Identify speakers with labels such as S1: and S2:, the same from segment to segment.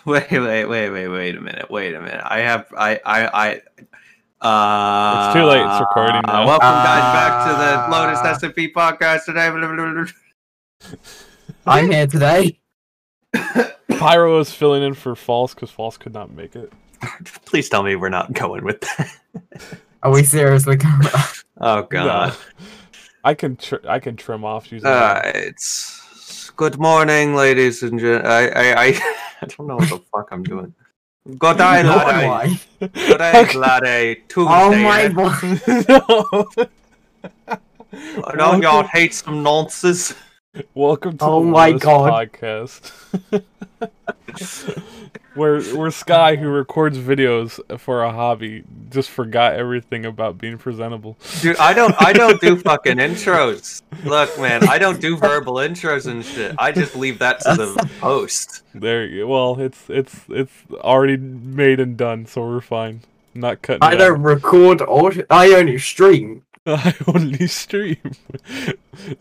S1: wait, wait, wait, wait, wait a minute. Wait a minute. I have I I I uh
S2: It's too late, it's recording now.
S1: welcome guys
S3: Ah.
S1: back to the Lotus SMP podcast today. Blah, blah, blah, blah,
S3: I'm here today.
S2: Pyro was filling in for False because False could not make it.
S1: blah. Please tell me we're not going with that.
S3: Are we seriously going?
S1: Oh god.
S2: No. I can tr- I can trim off using.
S1: Uh, it's good morning, ladies and gen I I I, I don't know what the fuck I'm doing. Good day,
S2: No,
S1: laddie.
S3: Why?
S1: Good day, laddie. Tuesday. eh?
S3: Oh my god.
S2: no.
S1: Don't Oh, y'all
S2: welcome,
S1: hate some nonsense?
S2: welcome to
S3: Oh
S2: the
S3: my
S2: Lotus
S3: God.
S2: podcast. where where Sky, who records videos for a hobby, just forgot everything about being presentable.
S1: Dude, I don't I don't do fucking intros. Look, man, I don't do verbal intros and shit. I just leave that to the host.
S2: There, you well, it's it's it's already made and done, so we're fine. not cutting.
S3: I
S2: it out.
S3: don't record audio. I only stream.
S2: I only stream.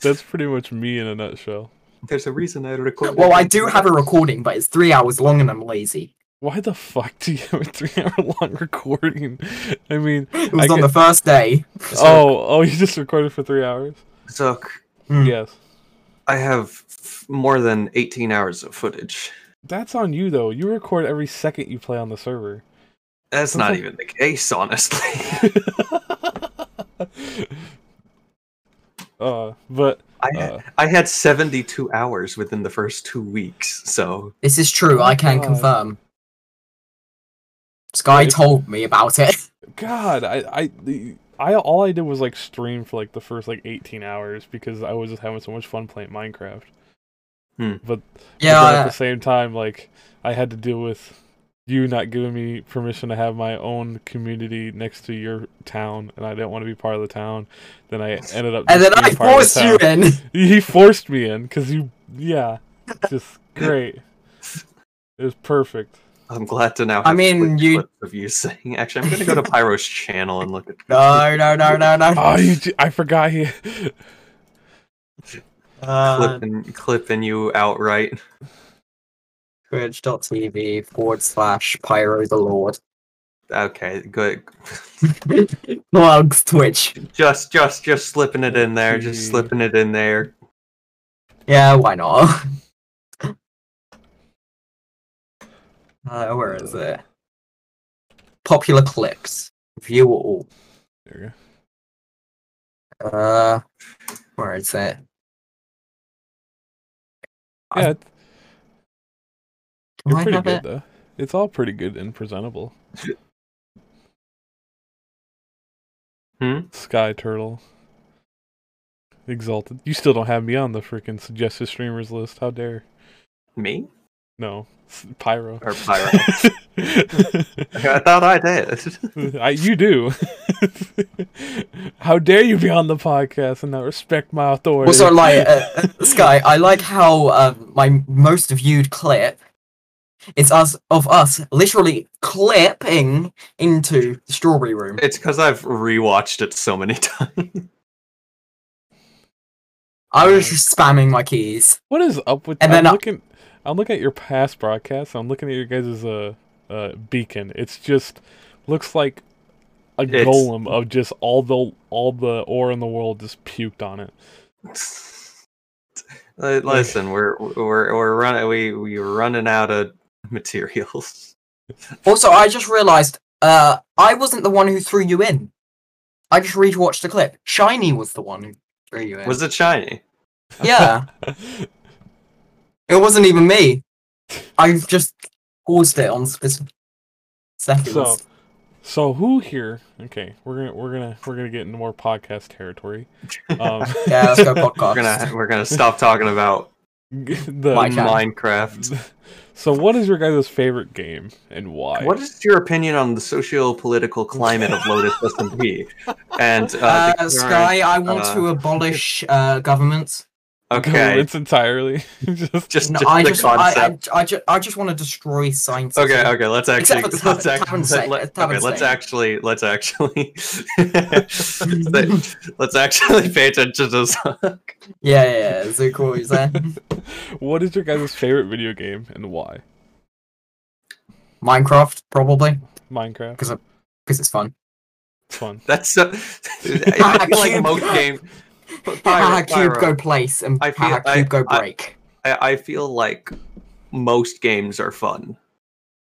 S2: That's pretty much me in a nutshell.
S1: There's a reason I record.
S3: Well, I do have a recording, but it's three hours long and I'm lazy.
S2: Why the fuck do you have a three hour long recording? I mean,
S3: It was
S2: I
S3: on
S2: get-
S3: the first day.
S2: oh, oh, you just recorded for three hours?
S1: Zuck,
S3: Mm.
S2: Yes.
S1: I have f- more than 18 hours of footage.
S2: That's on you though. You record every second you play on the server.
S1: That's not even the case, honestly.
S2: uh, but
S1: I
S2: uh,
S1: I had 72 hours within the first two weeks, so
S3: This is true. I can
S2: Oh God.
S3: confirm. Sky
S2: If-
S3: told me about it.
S2: God, I, I, the- I, all I did was like stream for like the first like eighteen hours because I was just having so much fun playing Minecraft.
S1: Hmm.
S2: But
S3: yeah,
S2: but then at the
S3: I-
S2: same time, like I had to deal with you not giving me permission to have my own community next to your town, and I didn't want to be part of the town. Then I ended up.
S3: and
S2: just
S3: then I
S2: being part of the
S3: forced you
S2: town.
S3: in.
S2: He forced me in because you, yeah, it's just great. It was perfect.
S1: I'm glad to now. Have
S3: I mean,
S1: footage
S3: you-
S1: clips of you saying. Actually, I'm gonna go to Pyro's channel and look at.
S3: No, no, no, no, no.
S2: Oh, you, j- I forgot he.
S3: Uh,
S1: Clipping, clipping you outright.
S3: Twitch.tv forward slash Pyro the Lord.
S1: Okay, good.
S3: Plugs Twitch.
S1: Just, just, just slipping it in there. Just
S2: Gee.
S1: slipping it in there.
S3: Yeah, why not? Uh, where is it? Popular clicks. View all.
S2: There you go.
S3: Uh, where is it? I-
S2: Yeah,
S3: Do
S2: You're
S3: I
S2: pretty
S3: have
S2: good
S3: it?
S2: though. It's all pretty good and presentable.
S1: Hmm?
S2: Sky Turtle. Exalted. You still don't have me on the freaking suggested streamers list. How dare?
S1: Me
S2: No, S- Pyro.
S1: or Pyro? I thought I did.
S3: Hmm.
S2: I, you do. How dare you be on the podcast and not respect my authority?
S3: Also, like uh, uh, Sky, I like how um, my most viewed clip is us of us literally clipping into the strawberry room.
S1: It's because I've rewatched it so many times.
S3: I was just spamming my keys.
S2: What is up with?
S3: And
S2: I'm
S3: then I-
S2: looking, I'm looking at your past broadcasts. I'm looking at your guys' uh, uh, beacon. It's just looks like a
S1: It's-
S2: golem of just all the all the ore in the world just puked on it.
S1: Uh, Listen, we're we're we're running we we are running out of materials.
S3: Also, I just realized uh, I wasn't the one who threw you in. I just rewatched the clip. Shiny was the one who threw you in.
S1: Was it shiny?
S3: Yeah, it wasn't even me. I just paused it on spec- seconds.
S2: so, so who here? Okay, we're gonna we're gonna we're gonna get into more podcast territory. Um,
S3: yeah, let's go
S1: We're
S3: podcast.
S1: gonna uh, we're gonna stop talking about
S2: the
S3: Minecraft.
S1: Minecraft.
S2: So, what is your guys' favorite game and why?
S1: What is your opinion on the socio-political climate of Lotus SMP? And uh,
S3: Uh,
S1: the current-
S3: Sky, I want
S1: uh,
S3: to abolish uh, governments.
S1: Okay,
S2: It's entirely just
S1: just,
S3: No,
S1: just
S3: I,
S1: the
S3: just, I,
S1: concept.
S3: I, I, ju- I just want to destroy science.
S1: okay, okay. Let's
S3: Except
S1: actually
S3: for the
S1: let's
S3: tavern- tavern's
S1: actually
S3: sake,
S1: let,
S3: the
S1: okay,
S3: tavern's
S1: let's
S3: sake.
S1: actually let's actually let's actually pay attention to this.
S3: Yeah, yeah, yeah. Zuko is there.
S2: what is your guys' favorite video game and why?
S3: Minecraft, probably,
S2: Minecraft.
S3: because it's fun.
S2: It's fun.
S1: That's so.
S3: Ah,
S1: I feel like most games. Pyro,
S3: Haha, cube
S1: Pyro.
S3: Ah, go place and
S1: I feel-
S3: haha,
S1: I-
S3: cube go
S1: I-
S3: break.
S1: I, I feel like most games are fun.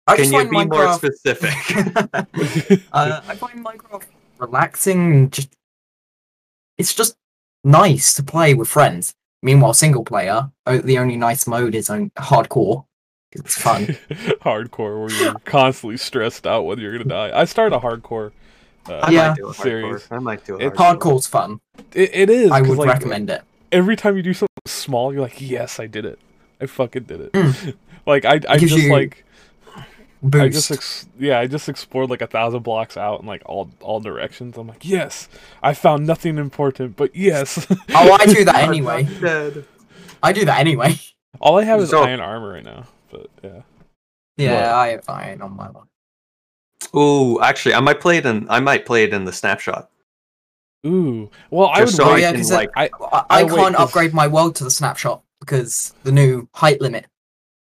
S3: I,
S1: Can
S3: just
S1: you
S3: find
S1: be more
S3: Minecraft.
S1: specific?
S3: uh, I find Minecraft relaxing. and Just it's just nice to play with friends. Meanwhile, single player, o- the only nice mode is on hardcore. 'cause It's fun.
S2: hardcore, where you're constantly stressed out whether you're gonna die. I started a hardcore. Uh,
S1: I
S3: Yeah.
S1: might do it hardcore.
S2: Serious.
S1: I might do it
S2: It's
S1: hardcore.
S3: Hardcore's fun.
S2: it, it is.
S3: I
S2: 'cause,
S3: would
S2: like,
S3: recommend it.
S2: Every time you do something small, you're like, "Yes, I did it. I fucking did it."
S3: Mm.
S2: like I, I
S3: Gives
S2: just
S3: you
S2: like I
S3: Boost.
S2: just ex- yeah, I just explored like a thousand blocks out in like all all directions. I'm like, "Yes, I found nothing important, but yes."
S3: oh, I do that anyway.
S1: Dead.
S3: I do that anyway.
S2: all I have is
S1: So-
S2: iron armor right now. But yeah,
S3: Yeah, I have iron on my one.
S1: Ooh, actually, I might play it in. I might play it in the snapshot.
S2: ooh. Well, I would
S1: Just so
S2: wait.
S1: I
S3: yeah,
S1: can
S3: 'cause that-
S1: like.
S2: I
S3: I, I
S2: Oh, wait,
S3: can't
S2: 'cause-
S3: upgrade my world to the snapshot because the new height limit.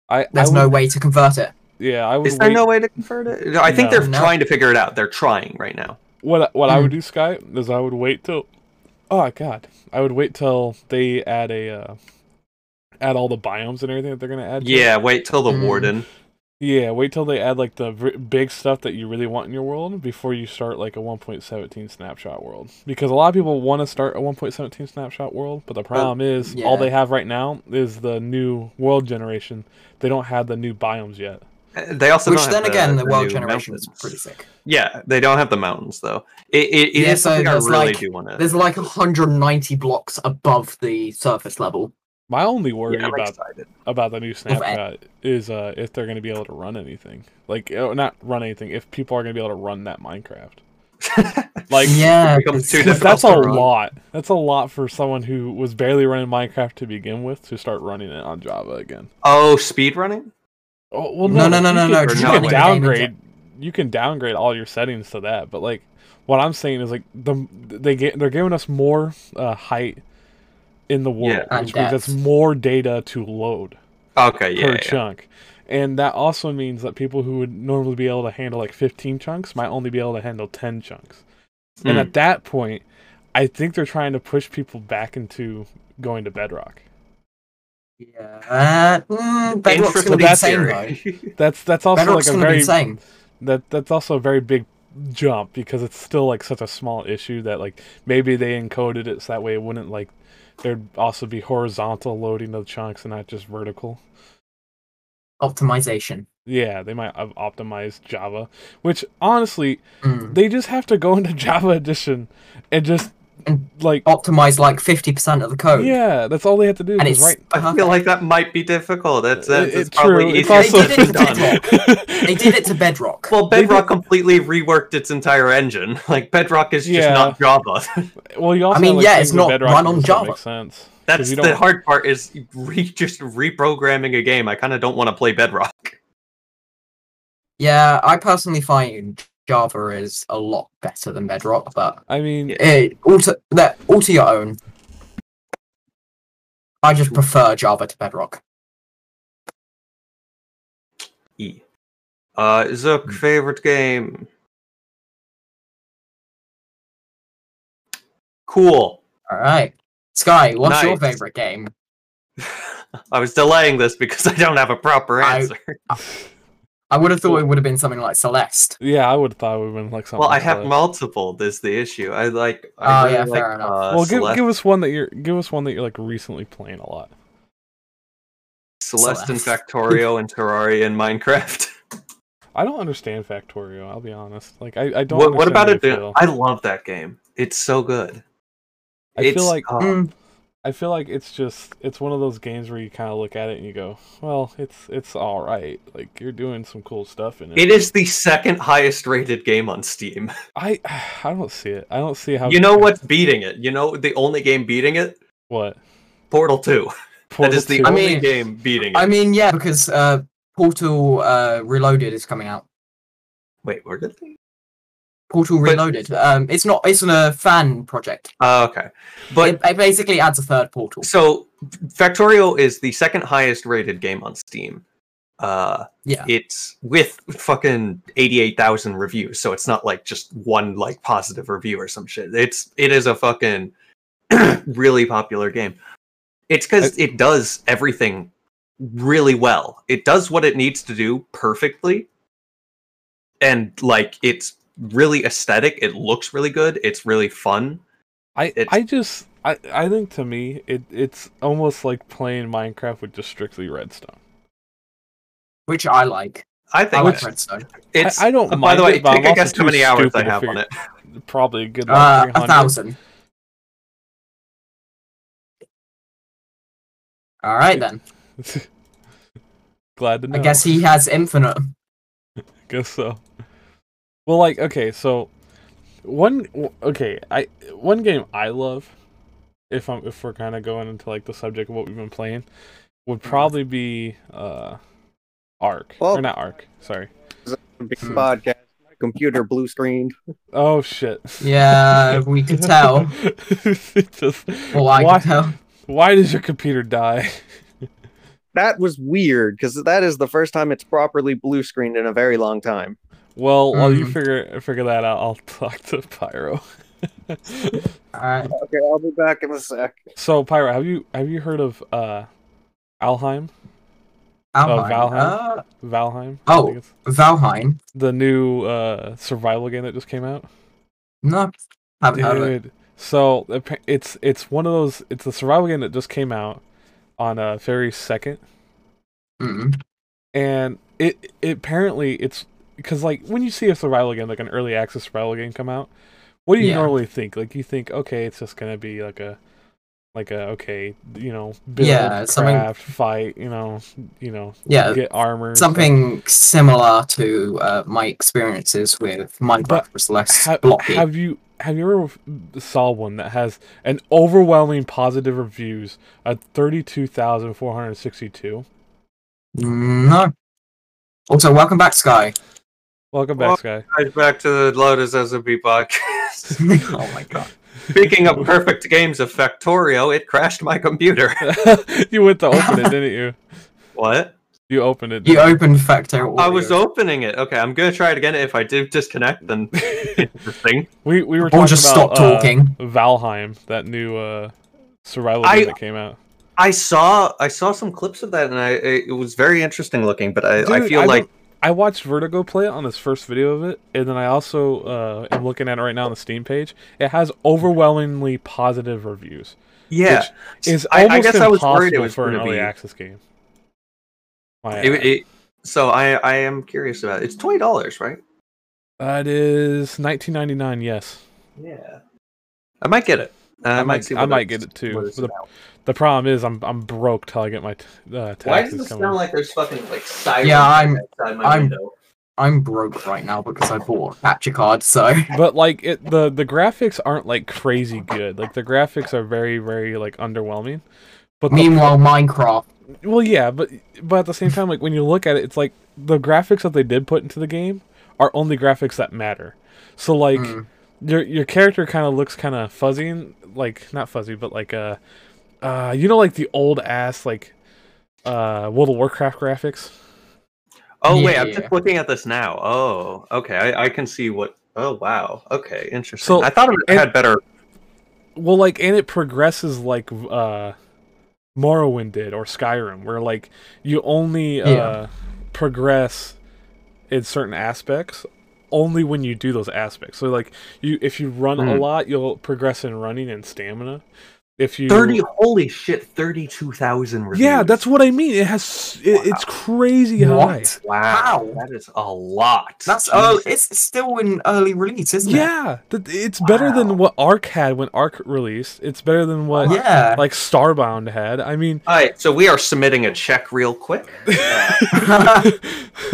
S2: I, I
S3: There's
S2: would,
S3: no way to convert it.
S2: Yeah, I would.
S1: Is there
S2: wait.
S1: no way to convert it? I think
S2: No.
S1: they're
S3: No.
S1: trying to figure it out. They're trying right now.
S2: What what I
S3: Mm.
S2: would
S1: Hmm.
S2: do, Sky, is I would wait till. Oh God, I would wait till they add a. Uh, add all the biomes and everything that they're gonna add. to it.
S1: Yeah, wait till the
S3: Mm.
S1: warden.
S2: Yeah, wait till they add like the v- big stuff that you really want in your world before you start like a 1.17 snapshot world. Because a lot of people want to start a 1.17 snapshot world, but the
S1: Oh,
S2: problem is all
S3: yeah.
S2: they have right now is the new world generation. They don't have the new biomes yet.
S1: Uh, They also
S3: Which
S1: don't
S3: then
S1: have
S3: again, the, world
S1: new
S3: generation is
S1: mountains.
S3: pretty sick.
S1: Yeah, they don't have the mountains though. It, it, it is
S3: Yeah, so
S1: something I
S3: there's,
S1: really
S3: like-
S1: do want to.
S3: There's like 190 blocks above the surface level.
S2: My only worry
S1: Yeah, I'm
S2: about
S1: excited.
S2: about the new
S3: I-
S2: Snapchat is uh, if they're going to be able to run anything. Like, oh, not run anything, if people are going to be able to run that Minecraft. Like,
S3: yeah,
S1: becomes too
S3: 'cause-
S2: Because
S1: difficult.
S2: that's a
S1: to run.
S2: lot. That's a lot for someone who was barely running Minecraft to begin with to start running it on Java again.
S1: Oh, speed running.
S2: Oh, well,
S3: No, no, no,
S2: you
S3: no,
S2: can-
S3: no,
S2: You
S1: just
S2: can
S1: running
S3: the game in
S2: downgrade. You can downgrade all your settings to that. But like, what I'm saying is like the they get they're giving us more uh, height in the world,
S1: Yeah.
S2: which
S3: And
S2: means
S3: depth.
S2: that's more data to load.
S1: Okay, yeah,
S2: per
S1: yeah.
S2: chunk. And that also means that people who would normally be able to handle like 15 chunks might only be able to handle 10 chunks. And
S1: Hmm.
S2: at that point, I think they're trying to push people back into going to bedrock.
S3: Yeah. Uh, mm, Bedrock's
S1: Interesting
S3: going to be the same, though.
S1: theory.
S2: That's that's also
S3: Bedrock's
S2: like a
S3: going to be
S2: very
S3: the same.
S2: that that's also a very big jump because it's still like such a small issue that like maybe they encoded it so that way it wouldn't like there'd also be horizontal loading of chunks and not just vertical.
S3: Optimization.
S2: Yeah, they might have optimized Java, which honestly
S3: Mm.
S2: they just have to go into Java Edition and just
S3: And-
S2: like
S3: Optimize like 50% of the code.
S2: yeah, that's all they have to do.
S3: And
S2: 'cause
S3: it's
S2: right.
S1: I
S3: Uh-huh.
S1: feel like that might be difficult. That's that's,
S2: Uh, it-
S1: it's
S2: it's true.
S1: probably
S2: It's
S1: easier
S2: also
S1: said than
S3: They
S1: done.
S3: did They did it to Bedrock.
S1: Well,
S2: They did-
S1: Bedrock completely reworked its entire engine. Like Bedrock is just
S2: Yeah.
S1: not Java.
S2: well, you also
S3: I mean,
S2: have, like,
S3: yeah,
S2: things
S3: it's
S2: in
S3: not
S2: Bedrock
S3: run
S2: that
S3: on
S2: just don't
S3: Java.
S2: Make sense.
S1: That's
S2: you
S1: the
S2: don't-
S1: hard part is re- just reprogramming a game. I kind of don't want to play Bedrock.
S3: Yeah, I personally find Java is a lot better than Bedrock, but
S2: I mean,
S1: Yeah.
S3: it, all, to, that, all to your own. I just prefer Java to Bedrock.
S1: E. Uh,
S2: Hmm.
S1: Zook favorite game. Cool.
S3: All right. Sky, what's your
S1: Nice.
S3: favorite game?
S1: I was delaying this because I don't have a proper
S3: I-
S1: answer.
S3: I would have thought it would have been something like Celeste.
S2: yeah, I would have thought it would have been like something.
S1: well, I
S2: like
S1: have
S2: that.
S1: multiple. There's the issue. I like.
S3: Oh,
S1: I really
S3: yeah,
S1: like,
S3: fair enough.
S1: Uh,
S2: well, give,
S1: Celeste,
S2: give us one that you're give us one that you're like recently playing a lot.
S1: Celeste and
S3: Celeste.
S1: Factorio and Terraria and Minecraft.
S2: I don't understand Factorio. I'll be honest. Like, I, I don't.
S1: what, what
S2: understand
S1: about
S2: the
S1: it? Doing?
S2: appeal.
S1: I love that game. It's so good.
S2: I
S1: it's,
S2: feel like Hmm.
S1: uh,
S3: Mm,
S2: I feel like it's just it's one of those games where you kind of look at it and you go, well, it's it's all right. Like you're doing some cool stuff in it.
S1: it is the second highest rated game on Steam.
S2: I I don't see it. I don't see how
S1: You know what's beating it? You know the only game beating it?
S2: What
S1: Portal 2.
S2: Portal
S1: that is the
S2: 2?
S3: I
S1: only
S3: mean-
S1: game beating it.
S3: I mean, yeah, because uh, Portal uh, Reloaded is coming out.
S1: Wait, where did they?
S3: Portal
S1: But-
S3: Reloaded. Um, it's not. It's a fan project.
S1: Oh, okay. But
S3: it, it basically adds a third portal.
S1: So Factorio is the second highest rated game on Steam. Uh,
S3: Yeah.
S1: it's with fucking eighty-eight thousand reviews, so it's not like just one like positive review or some shit. It's it is a fucking really popular game. It's because it does everything really well. It does what it needs to do perfectly, and like it's really aesthetic. It looks really good. It's really fun.
S2: I
S1: It's-
S2: I just I I think to me it it's almost like playing Minecraft with just strictly redstone.
S3: which I like.
S1: I
S3: I
S1: think
S3: like
S1: it's-
S3: redstone.
S1: it's. uh,
S2: I, I don't
S1: by
S2: mind
S1: the way,
S2: it, but
S1: take
S2: I'm
S1: a
S2: also
S1: guess how
S2: too
S1: many hours I
S2: stupid to
S1: have on
S2: figure-
S1: it.
S2: Probably a good like,
S3: Uh, a
S2: 300.
S3: thousand. All right then.
S2: Glad to know.
S3: I guess he has infinite.
S2: guess so. Well, like okay, so one okay, I one game I love, if I'm if we're kind of going into like the subject of what we've been playing, would probably be uh, Ark
S4: Well-
S2: or not Ark. Sorry.
S4: Big
S3: Hmm.
S4: podcast. My computer blue screened.
S2: Oh shit.
S3: Yeah, we could tell.
S2: It just-
S3: Well, I
S2: why,
S3: could tell.
S2: why does your computer die?
S4: That was weird because that is the first time it's properly blue screened in a very long time.
S2: Well, while you
S3: Mm.
S2: figure figure that out, I'll talk to Pyro.
S3: All right.
S4: Okay, I'll be back in a sec.
S2: so, Pyro, have you have you heard of uh, Alheim?
S1: Oh,
S3: Valheim.
S2: Valheim.
S3: Uh,
S2: Valheim? I
S3: Oh.
S2: think it's
S3: Valheim.
S2: the new uh, survival game that just came out.
S3: No, haven't heard of it.
S2: Dude, so appa- it's it's one of those. It's a survival game that just came out on uh, February second.
S3: Mm.
S2: and it, it apparently it's because like when you see a survival game like an early access survival game come out what do you
S3: Yeah.
S2: normally think like you think okay it's just gonna be like a like a okay you know build
S3: Yeah,
S2: yeah,
S3: something-
S2: craft fight you know you know
S3: Yeah,
S2: get armor and stuff.
S3: something similar to uh, my experiences with Minecraft was less
S2: Ha-
S3: blocky.
S2: have you have you ever saw one that has an overwhelming positive reviews at 32,462
S3: no. Also, welcome back, Sky.
S2: welcome back
S1: Well,
S2: sky
S1: Guys, back to the Lotus SMB podcast.
S3: oh my god.
S1: Speaking of perfect games of Factorio, it crashed my computer.
S2: you went to open it didn't you
S1: What?
S2: you opened it
S3: You opened Factor.
S1: I was opening it. Okay, I'm gonna try it again. If I do disconnect, then interesting.
S2: we we were
S3: Or
S2: talking
S3: just
S2: about,
S3: stop
S2: uh,
S3: talking.
S2: Valheim, that new uh, survival
S1: I-
S2: game that came out.
S1: I saw I saw some clips of that, and I it was very interesting looking. But I, I
S2: Dude,
S1: feel
S2: I
S1: like
S2: don't- I watched Vertigo play it on his first video of it, and then I also uh, am looking at it right now on the Steam page. It has overwhelmingly positive reviews.
S1: yeah,
S2: It's
S1: I,
S2: almost
S1: I guess I was
S2: impossible
S1: worried it was
S2: for an
S1: going to
S2: early
S1: be.
S2: access game. My,
S1: It, it- so I I am curious about it. It's twenty dollars, right?
S2: that is 1999. Yes,
S1: Yeah, I might get it. Uh, I,
S2: might-
S1: might see
S2: I
S1: what
S2: might
S1: it's-
S2: get it too.
S1: what it's
S2: The-
S1: about.
S2: the problem is I'm I'm broke till I get my t-
S1: Why
S2: uh,
S1: does
S2: taxes
S1: it
S2: coming.
S1: sound like there's fucking like sirens
S3: Yeah, I'm-
S1: outside my
S3: I'm-
S1: window?
S3: I'm broke right now because I bought a capture card, so
S2: but like it the the graphics aren't like crazy good like the graphics are very very like underwhelming but the,
S3: meanwhile Minecraft
S2: well yeah but but at the same time like when you look at it it's like the graphics that they did put into the game are only graphics that matter so like
S3: mm,
S2: your your character kind of looks kind of fuzzy and- like not fuzzy but like uh uh you know like the old ass like uh world of warcraft graphics
S1: Oh wait,
S3: Yeah,
S1: I'm
S3: yeah, yeah.
S1: just looking at this now. Oh, okay, I, I can see what. Oh wow, okay, interesting.
S2: So-
S1: I thought it
S2: and-
S1: had better.
S2: Well, like, and it progresses like uh, Morrowind did or Skyrim, where like you only uh,
S3: Yeah.
S2: progress in certain aspects only when you do those aspects. So like you, if you run a
S3: Mm-hmm.
S1: Hmm.
S2: lot, you'll progress in running and stamina. If you
S1: Thirty, holy shit, thirty-two thousand reviews.
S2: yeah, that's what I mean. It has it, it's crazy high.
S3: what?
S1: wow.
S3: Wow.
S1: That is a lot.
S3: That's
S1: oh,
S3: oh, it's it's still in early release, isn't
S2: Yeah, th- it's better than what Ark had when Ark released. It's better than what
S3: it? Yeah.
S2: like Starbound had. I mean,
S1: all right. So we are submitting a check real quick. Uh,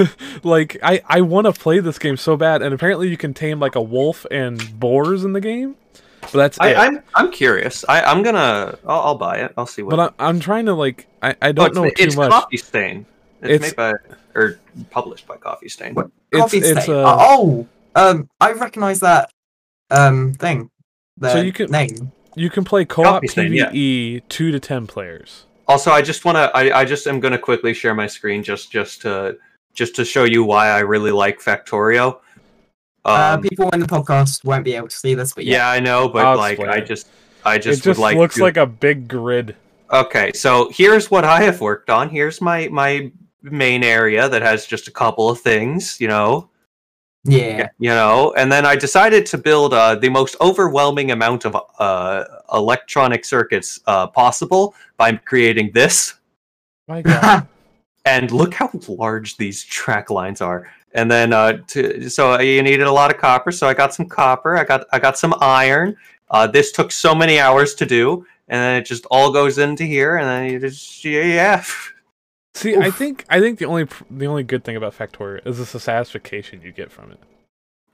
S2: like I I want to play this game so bad, and apparently you can tame like a wolf and boars in the game, but that's
S1: I,
S2: it.
S1: I'm I'm curious. I I'm gonna. I'll, I'll buy it. I'll see what.
S2: but I, I'm trying to like I, I
S1: Oh,
S2: don't
S1: it's,
S2: know too
S1: it's
S2: much.
S1: Coffee Stain. It's,
S2: It's-
S1: made by or published by Coffee Stain.
S3: What?
S2: It's
S3: Coffee
S2: it's
S3: Stain.
S2: uh,
S3: oh, um I recognise that um thing. The
S2: you can-
S3: name.
S2: you can play co-op
S1: Coffee
S2: PVE
S1: Stain, yeah.
S2: two to ten players.
S1: Also, I just want to. I, I just am going to quickly share my screen just just to just to show you why I really like Factorio.
S3: uh,
S1: Um,
S3: people in the podcast won't be able to see this, but yeah,
S1: yeah, I know, but
S2: I'll
S1: like
S2: explain
S1: I
S2: it.
S1: just I just,
S2: it
S1: would
S2: just
S1: like
S2: looks
S1: to-
S2: like a big grid.
S1: Okay, so here's what I have worked on. Here's my my main area that has just a couple of things, you know,
S3: yeah.
S1: you know, and then I decided to build uh, the most overwhelming amount of uh, electronic circuits uh, possible by creating this.
S2: My God.
S1: And look how large these track lines are. And then uh, to, so you needed a lot of copper, so I got some copper. I got I got some iron. Uh, this took so many hours to do, and then it just all goes into here, and then you just yeah. yeah.
S2: See, I think I think the only pr- the only good thing about Factorio is the satisfaction you get from it.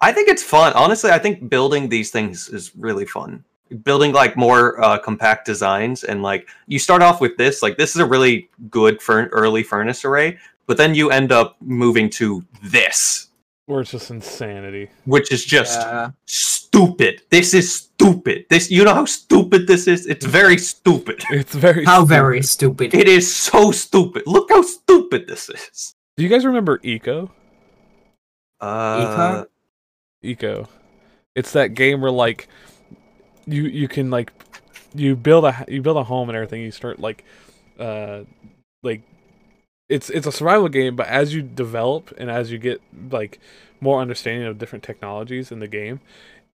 S1: I think it's fun. Honestly, I think building these things is really fun. Building like more uh, compact designs and like you start off with this, like this is a really good fur- early furnace array, but then you end up moving to this,
S2: Or it's just insanity.
S1: which is just
S3: Yeah.
S1: stupid. This is stupid. This you know how stupid this is? It's very stupid.
S2: It's very
S3: how
S2: stupid.
S3: very stupid.
S1: It is so stupid. Look how stupid this is.
S2: Do you guys remember Eco?
S1: Uh,
S2: Eco. It's that game where like you you can like you build a you build a home and everything. You start like uh like it's it's a survival game, but as you develop and as you get like more understanding of different technologies in the game,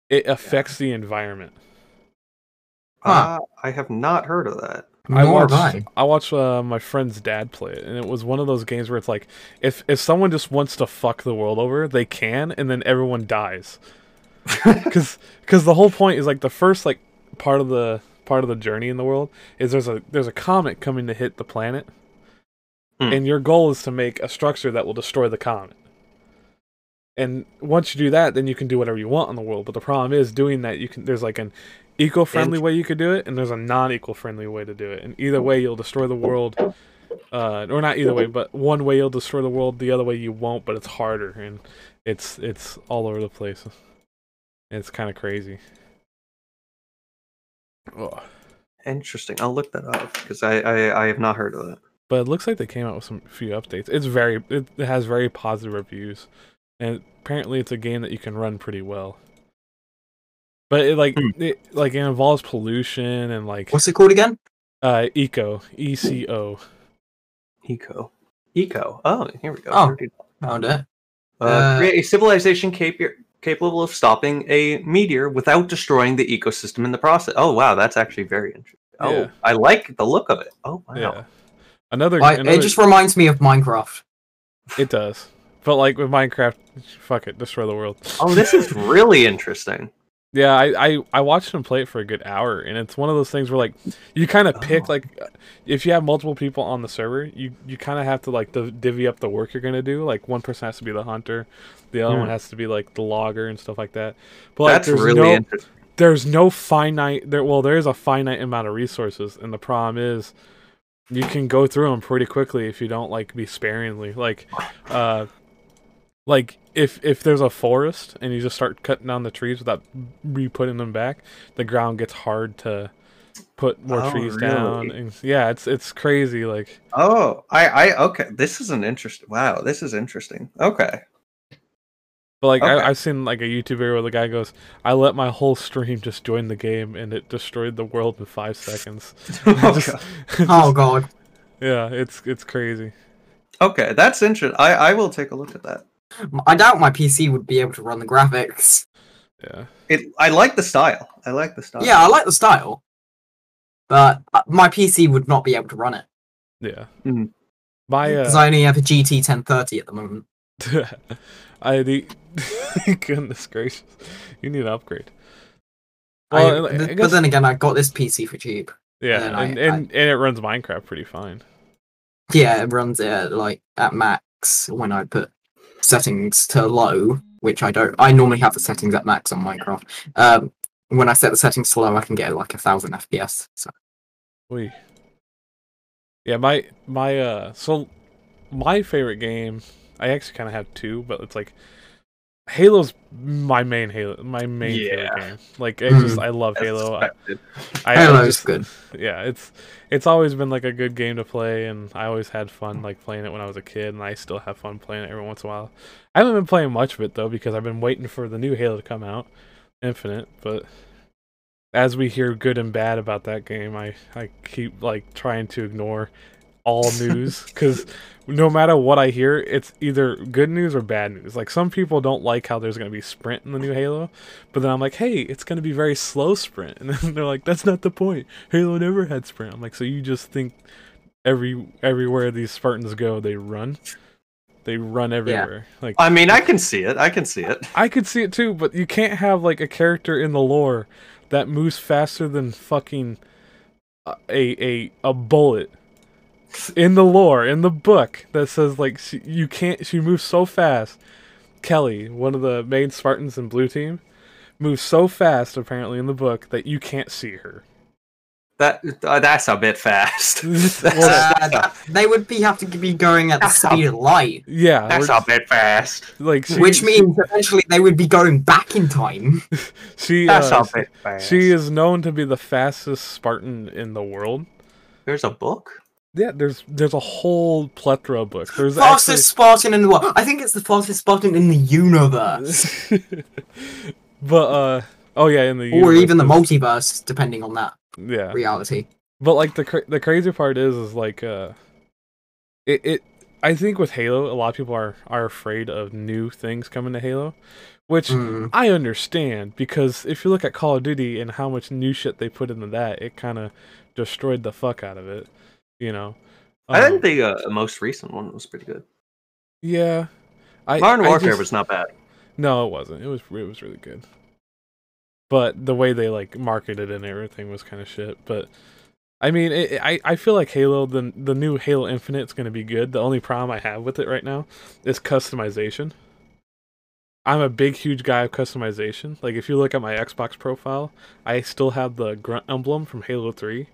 S2: it affects the environment.
S1: uh, I have not heard of that.
S2: I
S3: Nor
S2: watched,
S3: have I.
S2: I. watched uh, my friend's dad play it, and it was one of those games where it's like, if if someone just wants to fuck the world over, they can, and then everyone dies, because the whole point is like the first like part of the part of the journey in the world is there's a there's a comet coming to hit the planet,
S1: Hmm.
S2: and your goal is to make a structure that will destroy the comet. And once you do that, then you can do whatever you want in the world. But the problem is doing that, you can there's like an eco-friendly way you could do it, and there's a non-eco-friendly way to do it. And either way, you'll destroy the world, uh, or not either way, but one way you'll destroy the world, the other way you won't. But it's harder, and it's it's all over the place. It's kind of crazy. Ugh.
S1: Interesting. I'll look that up because I, I I have not heard of that.
S2: But it looks like they came out with some few updates. It's very it it has very positive reviews, and apparently it's a game that you can run pretty well. But it like
S1: Hmm.
S2: it like it involves pollution and like
S3: What's it called again?
S2: Uh, eco, E C O.
S1: Eco. Eco. Oh, here we go.
S3: Oh.
S1: $30.
S3: Found it.
S1: Uh,
S3: Uh,
S1: create a civilization cap- capable of stopping a meteor without destroying the ecosystem in the process. Oh, wow. That's actually very interesting. Oh,
S2: Yeah.
S1: I like the look of it. Oh, wow.
S2: Yeah. Another.
S3: I,
S2: another
S3: it just reminds me of Minecraft.
S2: it does. But like with Minecraft, fuck it, destroy the world.
S1: Oh, this is really interesting.
S2: yeah, I, I I watched him play it for a good hour, and it's one of those things where like you kind of pick
S1: Oh.
S2: like if you have multiple people on the server, you you kind of have to like div- divvy up the work you're gonna do. Like one person has to be the hunter, the other
S1: Hmm.
S2: one has to be like the logger and stuff like that. But like,
S1: that's
S2: there's
S1: really
S2: no,
S1: interesting.
S2: there's no finite there well there is a finite amount of resources and the problem is you can go through them pretty quickly if you don't like be sparingly like uh like if if there's a forest and you just start cutting down the trees without re-putting them back the ground gets hard to put more
S1: Oh,
S2: trees down
S1: really?
S2: and yeah it's it's crazy like
S1: Oh, I, I, okay. This is an interesting. Wow, this is interesting. Okay.
S2: But like
S1: Okay.
S2: I, I've seen like a YouTuber where the guy goes, "I let my whole stream just join the game and it destroyed the world in five seconds."
S1: Oh,
S2: Just-
S1: God.
S3: Oh god.
S2: yeah, it's it's crazy.
S1: Okay, that's interesting. I, I will take a look at that.
S3: I doubt my PC would be able to run the graphics.
S2: Yeah,
S1: It, I like the style. I like the style.
S3: Yeah, I like the style, but uh, my PC would not be able to run it
S2: yeah.
S3: Mm-hmm.
S1: Mhm.
S2: My
S3: because
S2: uh,
S3: I only have a GT 1030 at the moment.
S2: I the goodness gracious, you need an upgrade.
S3: I-
S2: Well, I, I
S3: th-
S2: guess,
S3: but then again, I got this PC for cheap.
S2: yeah,
S3: then
S2: and
S3: I-
S2: and,
S3: I-
S2: and it runs Minecraft pretty fine.
S3: Yeah, it runs it at, like at max when I put settings to low, which I don't. I normally have the settings at max on Minecraft. Um, when I set the settings to low, I can get like a thousand FPS. So
S2: We. Yeah, my my uh so my favorite game I actually kind of have two, but it's like Halo's my main Halo, my main Halo
S1: Yeah.
S2: game. Like I
S3: Mhm.
S2: just I love
S1: As
S2: Halo. I,
S1: expected.
S2: I, I
S3: Halo's
S2: just-
S3: good.
S2: yeah, it's it's always been like a good game to play, and I always had fun like playing it when I was a kid, and I still have fun playing it every once in a while. I haven't been playing much of it though because I've been waiting for the new Halo to come out, Infinite. But as we hear good and bad about that game, I I keep like trying to ignore all news because no matter what I hear, it's either good news or bad news. Like some people don't like how there's gonna be sprint in the new Halo, but then I'm like, hey, it's gonna be very slow sprint, and then they're like, that's not the point. Halo never had sprint. I'm like, so you just think every everywhere these Spartans go, they run, they run everywhere. Like
S1: I mean, I can see it. I can see it.
S2: I could see it too, but you can't have like a character in the lore that moves faster than fucking a a a bullet in the lore in the book that says like she, you can't she moves so fast. Kelly, one of the main Spartans in Blue Team, moves so fast apparently in the book that you can't see her.
S1: That uh, that's a bit fast. That's,
S2: Well,
S1: that's a,
S3: Uh, They would be have to be going at the
S1: That's
S3: speed of light,
S2: Yeah,
S1: that's
S2: we're-
S1: a bit fast.
S2: like she,
S3: which means eventually they would be going back in time.
S2: she
S1: That's
S2: uh,
S1: a bit fast.
S2: she is known to be the fastest Spartan in the world.
S1: There's a book.
S2: Yeah, there's there's a whole plethora of books. There's
S3: Fastest
S2: actually,
S3: Spartan in the world. I think it's the fastest Spartan in the universe,
S2: but uh oh yeah, in the
S3: or
S2: universe
S3: even the
S2: is-
S3: multiverse, depending on that
S2: yeah.
S3: reality.
S2: But like the cra- the crazy part is is like uh it it I think with Halo a lot of people are are afraid of new things coming to Halo, which
S3: Mm.
S2: I understand because if you look at Call of Duty and how much new shit they put into that, it kind of destroyed the fuck out of it, you know.
S1: I
S2: Um,
S1: think the uh, most recent one was pretty good.
S2: yeah. I,
S1: Modern
S2: I
S1: Warfare
S2: just-
S1: was not bad.
S2: No, it wasn't. It was it was really good. But the way they like marketed and everything was kind of shit. But I mean, it, I I feel like Halo the the new Halo Infinite is going to be good. The only problem I have with it right now is customization. I'm a big huge guy of customization. Like if you look at my Xbox profile, I still have the grunt emblem from Halo 3.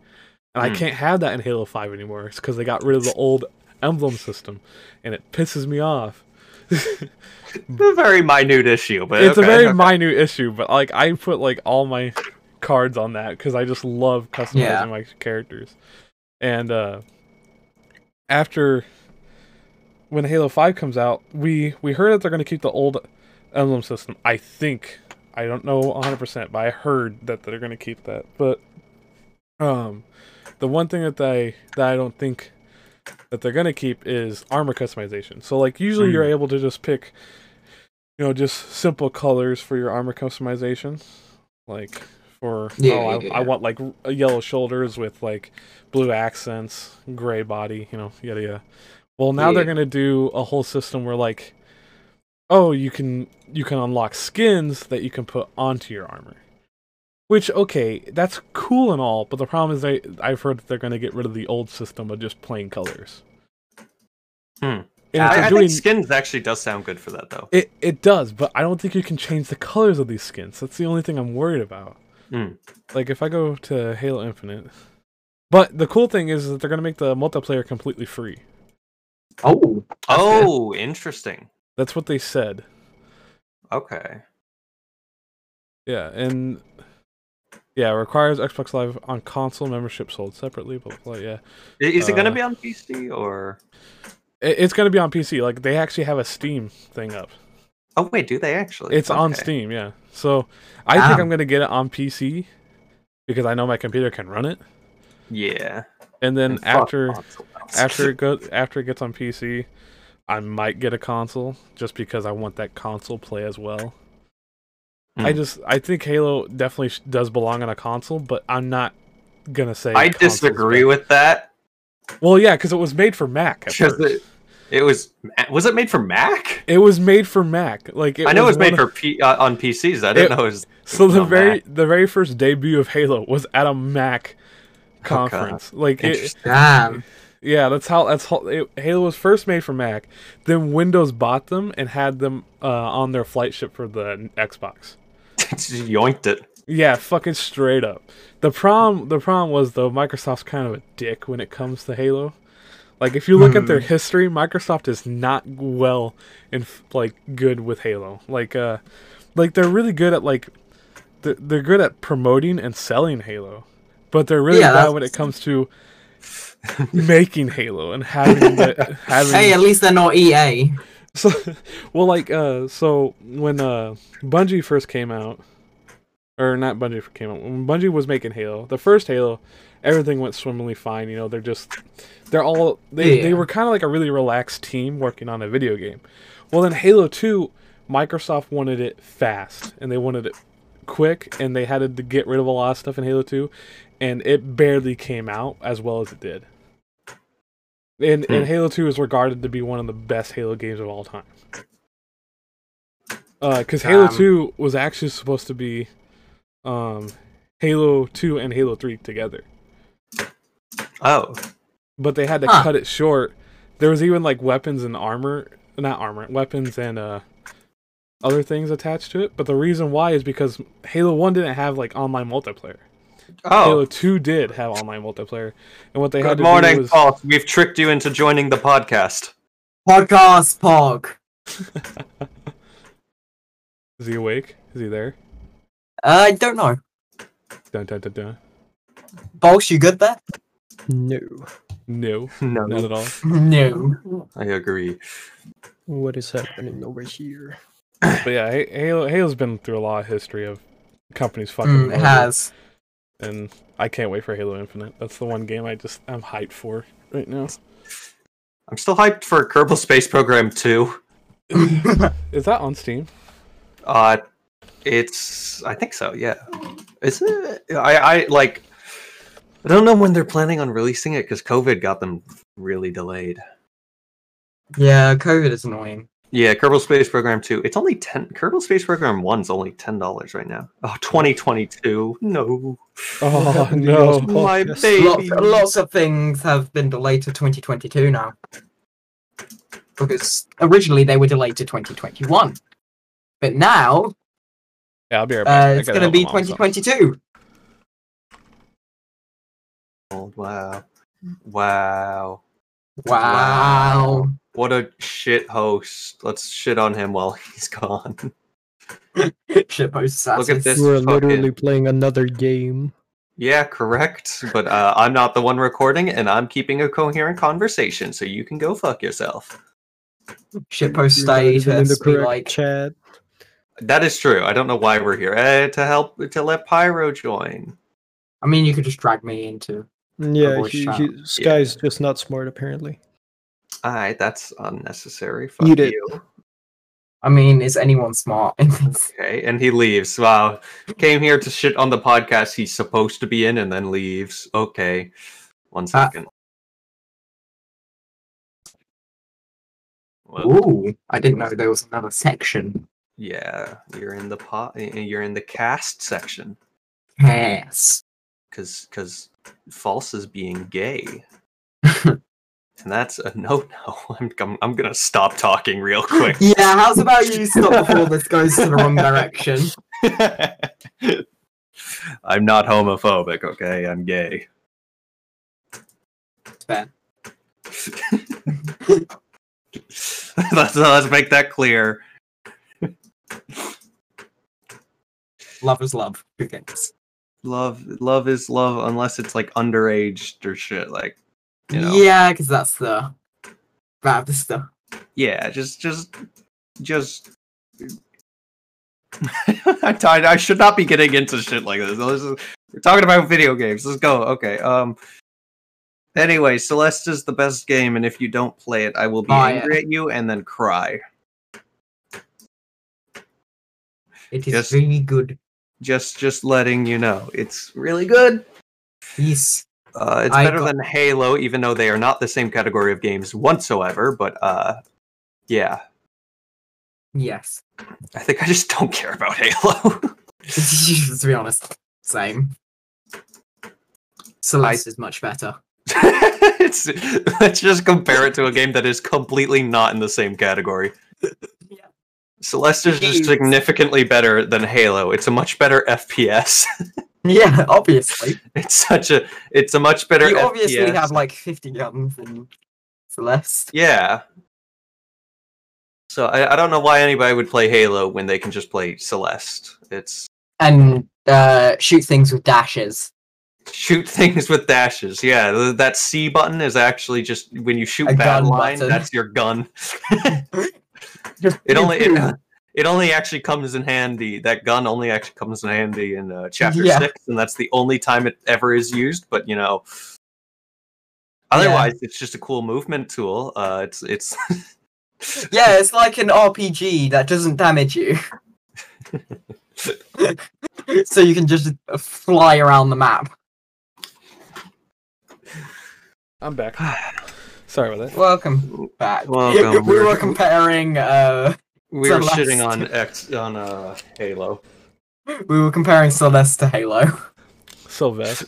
S2: And I
S1: Hmm.
S2: can't have that in Halo 5 anymore. It's cuz they got rid of the old emblem system and it pisses me off.
S1: A very minute issue, but
S2: Hmm. it's
S1: okay,
S2: a very
S1: okay.
S2: minute issue, but like I put like all my cards on that because I just love customizing
S3: Yeah.
S2: my characters. And uh after when Halo Five comes out, we we heard that they're going to keep the old emblem system. I think I don't know 100, percent but I heard that they're going to keep that. But um, the one thing that I that I don't think that they're going to keep is armor customization. So like usually you're able to just pick you know, just simple colors for your armor customization. Like for
S3: Yeah,
S2: oh, I,
S3: yeah, yeah.
S2: I want like r- yellow shoulders with like blue accents, gray body, you know, yada yada. Well, now they're
S3: Yeah.
S2: gonna do a whole system where like, oh, you can you can unlock skins that you can put onto your armor. Which okay, that's cool and all, but the problem is they I've heard that they're gonna get rid of the old system of just plain colors.
S1: Hmm.
S2: And if
S1: I,
S2: they're
S1: I
S2: doing-
S1: think skins actually does sound good for that though.
S2: it it does, but I don't think you can change the colors of these skins. That's the only thing I'm worried about.
S1: Hmm.
S2: Like if I go to Halo Infinite, but the cool thing is that they're gonna make the multiplayer completely free.
S3: Oh,
S1: Oh, interesting.
S2: That's what they said.
S1: Okay.
S2: Yeah, and yeah, requires Xbox Live on console membership sold separately. Blah blah. blah yeah,
S1: I- Is it gonna
S2: Uh,
S1: be on PC or?
S2: it, it's gonna be on PC. Like they actually have a Steam thing up.
S1: Oh wait, do they actually?
S2: It's on
S1: Okay.
S2: Steam. Yeah, so I think
S3: Ah.
S2: I'm gonna get it on PC because I know my computer can run it.
S1: Yeah.
S2: And then
S1: fuck
S2: after.
S1: consoles.
S2: after it goes after it gets on PC, I might get a console just because I want that console play as well. I
S1: Mm.
S2: just I think Halo definitely sh- does belong on a console, but I'm not gonna say
S1: I
S2: console's
S1: disagree
S2: bad.
S1: with that.
S2: Well, yeah, because it was made for Mac. At
S1: Because
S2: first.
S1: it,
S2: It,
S1: it was was it made for Mac?
S2: was made for Mac. Like it
S1: I know it was made
S2: one
S1: for
S2: of-
S1: P, uh, on PCs. I didn't
S2: It-
S1: know it was.
S2: So the
S1: on
S2: very
S1: Mac.
S2: the very first debut of Halo was at a Mac
S1: God.
S2: conference. like it,
S1: Interesting.
S3: damn.
S2: Yeah, that's how that's how it, Halo was first made for Mac. Then Windows bought them and had them uh, on their flight ship for the Xbox.
S1: Just yoinked it.
S2: Yeah, fucking straight up. The problem the problem was though Microsoft's kind of a dick when it comes to Halo. Like if you look at
S3: Hmm.
S2: their history, Microsoft is not well and like good with Halo. Like uh like they're really good at like they're, they're good at promoting and selling Halo, but they're really
S3: Yeah,
S2: bad
S3: that's-
S2: when it comes to making Halo and having the, having
S3: Hey, at least they're not E EA.
S2: so well like uh so when uh Bungie first came out or not Bungie came out when Bungie was making Halo the first Halo everything went swimmingly fine you know they're just they're all they
S3: Yeah.
S2: they were kind of like a really relaxed team working on a video game well then Halo 2 Microsoft wanted it fast and they wanted it quick and they had to get rid of a lot of stuff in Halo 2 and it barely came out as well as it did and, and
S3: Hmm.
S2: Halo 2 is regarded to be one of the best Halo games of all time. Because Halo
S3: Um,
S2: 2 was actually supposed to be um, Halo 2 and Halo 3 together,
S1: Oh,
S2: but they had to
S3: Huh.
S2: cut it short. There was even like weapons and armor, not armor, weapons and uh, other things attached to it. But the reason why is because Halo 1 didn't have like online multiplayer. Halo
S1: oh.
S2: 2 did have online multiplayer, and what they
S1: Good
S2: had to do
S1: morning,
S2: was
S1: Paul. We've tricked you into joining the podcast.
S3: Podcast Pog.
S2: is he awake? Is he there?
S3: Uh, I don't know.
S2: Dun dun dun dun.
S3: Bogs, you good there?
S4: No.
S2: No.
S1: No,
S2: Not at all.
S3: No.
S1: I agree.
S4: What is happening over here?
S2: But yeah, Ha- Halo Halo's been through a lot of history of companies fucking.
S3: Mm, it
S2: over,
S3: has.
S2: And I can't wait for Halo Infinite. That's the one game I just I'm hyped for right now.
S1: I'm still hyped for Kerbal Space Program 2.
S2: Is that on Steam?
S1: Uh, it's. I think so. Yeah. Is it? I. I like. I don't know when they're planning on releasing it because COVID got them really delayed.
S3: yeah, COVID is annoying.
S1: Yeah, Kerbal Space Program 2. It's only 10 Kerbal Space Program 1's only $10 right now. Oh, 2022. No.
S2: Oh
S4: happened to
S2: no.
S4: Ghost-
S1: My
S4: yes.
S1: baby.
S3: Lots, lots of things have been delayed to 2022 now. Because originally they were delayed to 2021. But now
S2: Yeah, I'll be right back.
S3: uh,
S2: I
S3: it's
S2: gotta
S3: going to
S2: help
S3: be
S2: my mom with something.
S3: 2022.
S1: Oh, Wow. Wow.
S3: Wow.
S1: What a shit host. Let's shit on him while he's gone.
S3: Shitpost assassins.
S1: Look at this.
S4: You are
S1: fucking-
S4: literally playing another game.
S1: Yeah, correct. But uh, I'm not the one recording and I'm keeping a coherent conversation, so you can go fuck yourself.
S3: Shitpost
S4: You're not even in the
S3: status. Be
S4: correct
S3: like,
S4: chat.
S1: That is true. I don't know why we're here. Eh, to help to let Pyro join.
S3: I mean, you could just drag me into.
S4: Yeah,
S3: voice
S4: he,
S3: chat.
S4: he, Sky's just not smart apparently.
S1: Alright, that's unnecessary. Fuck
S4: Eat it.
S1: you.
S3: I mean, is anyone smart in this?
S1: Okay, and he leaves. Wow. Came here to shit on the podcast he's supposed to be in and then leaves. Okay. One second. Well,
S3: Ooh, I didn't know there was another section.
S1: yeah, you're in the pot you're in the cast section
S3: Yes.
S1: cuz cuz false is being gay. And that's a no no. I'm I'm, I'm going to stop talking real quick.
S3: Yeah, how's about you stop before this goes to the wrong direction?
S1: I'm not homophobic, okay? I'm gay.
S3: Fair.
S1: let's, let's make that clear.
S3: Love is love. Who cares?
S1: Love love is love unless it's like underage or shit like you know.
S3: Yeah, because that's the that is the
S1: Yeah, just just just I'm tired. I should not be getting into shit like this. This is- we're talking about video games. Let's go. Okay. Um Anyway, Celeste is the best game and if you don't play it, I will be
S3: Buy it.
S1: angry at you and then cry.
S3: it is
S1: Yes.
S3: really good.
S1: Just just letting you know. It's really good.
S3: Yes.
S1: Uh, it's
S3: I
S1: better
S3: got-
S1: than Halo, even though they are not the same category of games whatsoever. But uh, yeah,
S3: Yes.
S1: I think I just don't care about Halo.
S3: to be honest. Same. Celeste is much better.
S1: it's, let's just compare it to a game that is completely not in the same category.
S3: Yeah.
S1: Celeste is just
S3: Jeez.
S1: significantly better than Halo. It's a much better FPS.
S3: Yeah, obviously.
S1: It's such a it's a much better
S3: you obviously
S1: FPS.
S3: have like 50 guns and Celeste.
S1: Yeah. So I, I don't know why anybody would play Halo when they can just play Celeste. It's
S3: And uh, shoot things with dashes.
S1: shoot things with dashes. Yeah, th- that C button is actually just when you shoot
S3: A
S1: that
S3: gun
S1: line,
S3: button.
S1: that's your gun.
S3: Just
S1: It only
S3: pew,
S1: it,
S3: pew.
S1: it only actually comes in handy. That gun only actually comes in handy in uh, chapter
S3: Yeah.
S1: six, and that's the only time it ever is used. But you know, otherwise, it's just a cool movement tool. Uh, it's it's
S3: yeah, it's like an RPG that doesn't damage you. so you can just uh, fly around the map.
S2: I'm back. Sorry about that.
S3: Welcome back.
S1: Welcome.
S3: we were comparing. Uh,
S1: we were
S3: Celeste.
S1: shitting on X on uh, Halo.
S3: we were comparing Celeste to Halo.
S2: Sylvester.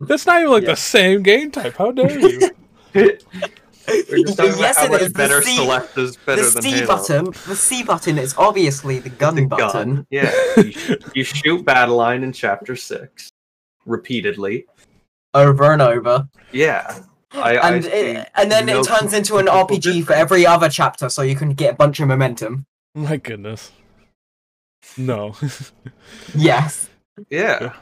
S2: That's not even like
S3: Yeah.
S2: the same game type. How dare you?
S1: We're just talking about
S3: Yes,
S1: how
S3: it
S1: much
S3: is. The
S1: better
S3: C-
S1: Celeste is better
S3: the
S1: than
S3: C
S1: Halo.
S3: button. The C button is obviously the gun
S1: The
S3: button.
S1: gun. Yeah, you, sh- you shoot battle line in chapter six repeatedly.
S3: over and over.
S1: Yeah, I, I
S3: and
S1: see
S3: it, and then
S1: no
S3: it turns into an
S1: conceivable
S3: RPG for
S1: difference.
S3: every other chapter, so you can get a bunch of momentum.
S2: My goodness. No.
S3: Yes.
S1: Yeah.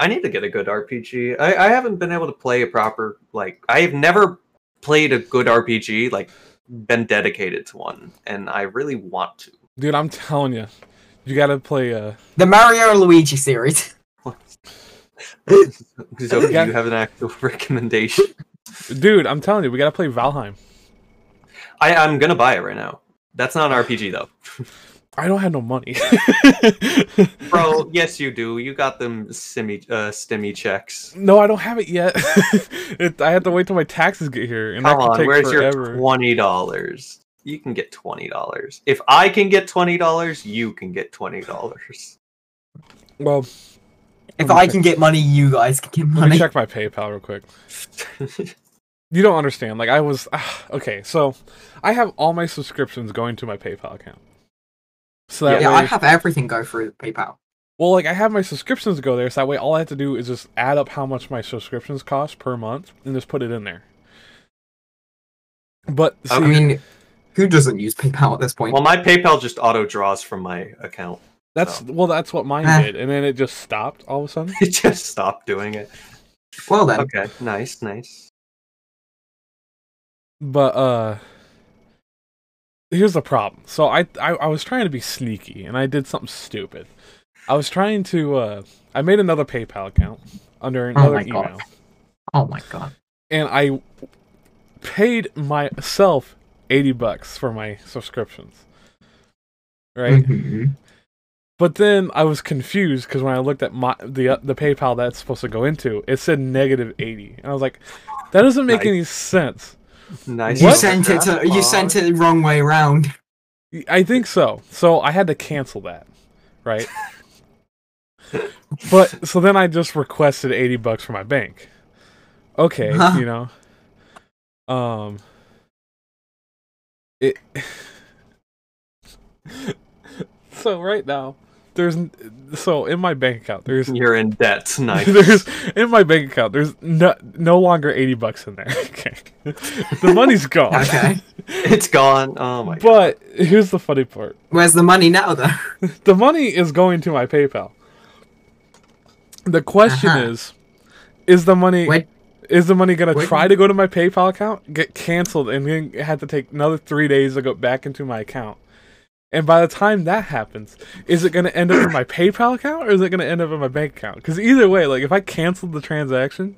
S1: I need to get a good RPG. I, I haven't been able to play a proper like I have never played a good RPG, like been dedicated to one, and I really want to.
S2: Dude, I'm telling you. You gotta play uh
S3: The Mario and Luigi series.
S1: So do
S2: Yeah.
S1: you have an actual recommendation?
S2: dude, I'm telling you, we gotta play Valheim.
S1: I, I'm gonna buy it right now. That's not an RPG though.
S2: I don't have no money.
S1: Bro, yes you do. You got them semi uh stimmy checks.
S2: no, I don't have it yet. it, I have to wait till my taxes get here and
S1: Come
S2: that could
S1: on,
S2: take
S1: where's
S2: forever.
S1: your twenty dollars? You can get twenty dollars. If I can get twenty dollars, you can get twenty dollars.
S2: well, Let
S3: If
S2: me
S3: I can get money, you guys can get
S2: let me
S3: money.
S2: check my PayPal real quick. you don't understand. Like I was ah, okay, so I have all my subscriptions going to my PayPal account. So that
S3: Yeah,
S2: way,
S3: I have everything go through PayPal.
S2: well, like I have my subscriptions go there, so that way all I have to do is just add up how much my subscriptions cost per month and just put it in there. But see,
S3: I mean, who doesn't use PayPal at this point?
S1: Well, my PayPal just auto draws from my account.
S2: that's
S1: so.
S2: well, that's what mine
S3: Ah.
S2: did, and then it just stopped all of a sudden.
S1: It just stopped doing it.
S3: Well then,
S1: Okay, nice, nice.
S2: But uh here's the problem. So I, I I was trying to be sneaky and I did something stupid. I was trying to uh I made another PayPal account under another
S3: my God.
S2: email
S3: oh my god,
S2: and I paid myself 80 bucks for my subscriptions. Right?
S3: Mhm.
S2: But then I was confused because when I looked at my the uh, the PayPal that's supposed to go into, it said negative 80. And I was like, that doesn't make
S1: Nice.
S2: any sense.
S1: Nice.
S3: you
S2: What?
S3: sent it to, you sent it the wrong way around.
S2: I think so. So I had to cancel that, right? but so then I just requested 80 bucks from my bank. Okay,
S3: Huh.
S2: you know. Um it So right now there's n- so in my bank account there's
S1: You're in debt tonight.
S2: there's in my bank account there's no, no longer 80 bucks in there. Okay. the money's gone.
S3: Okay,
S1: it's gone. Oh my god.
S2: But here's the funny part.
S3: where's the money now though?
S2: the money is going to my PayPal. The question
S3: Uh-huh.
S2: is, is the money
S3: Wait,
S2: is the money gonna
S3: wait.
S2: try to go to my PayPal account, get canceled, and then have to take another three days to go back into my account? And by the time that happens, is it gonna end up in my PayPal account or is it gonna end up in my bank account? Because either way, like if I cancel the transaction,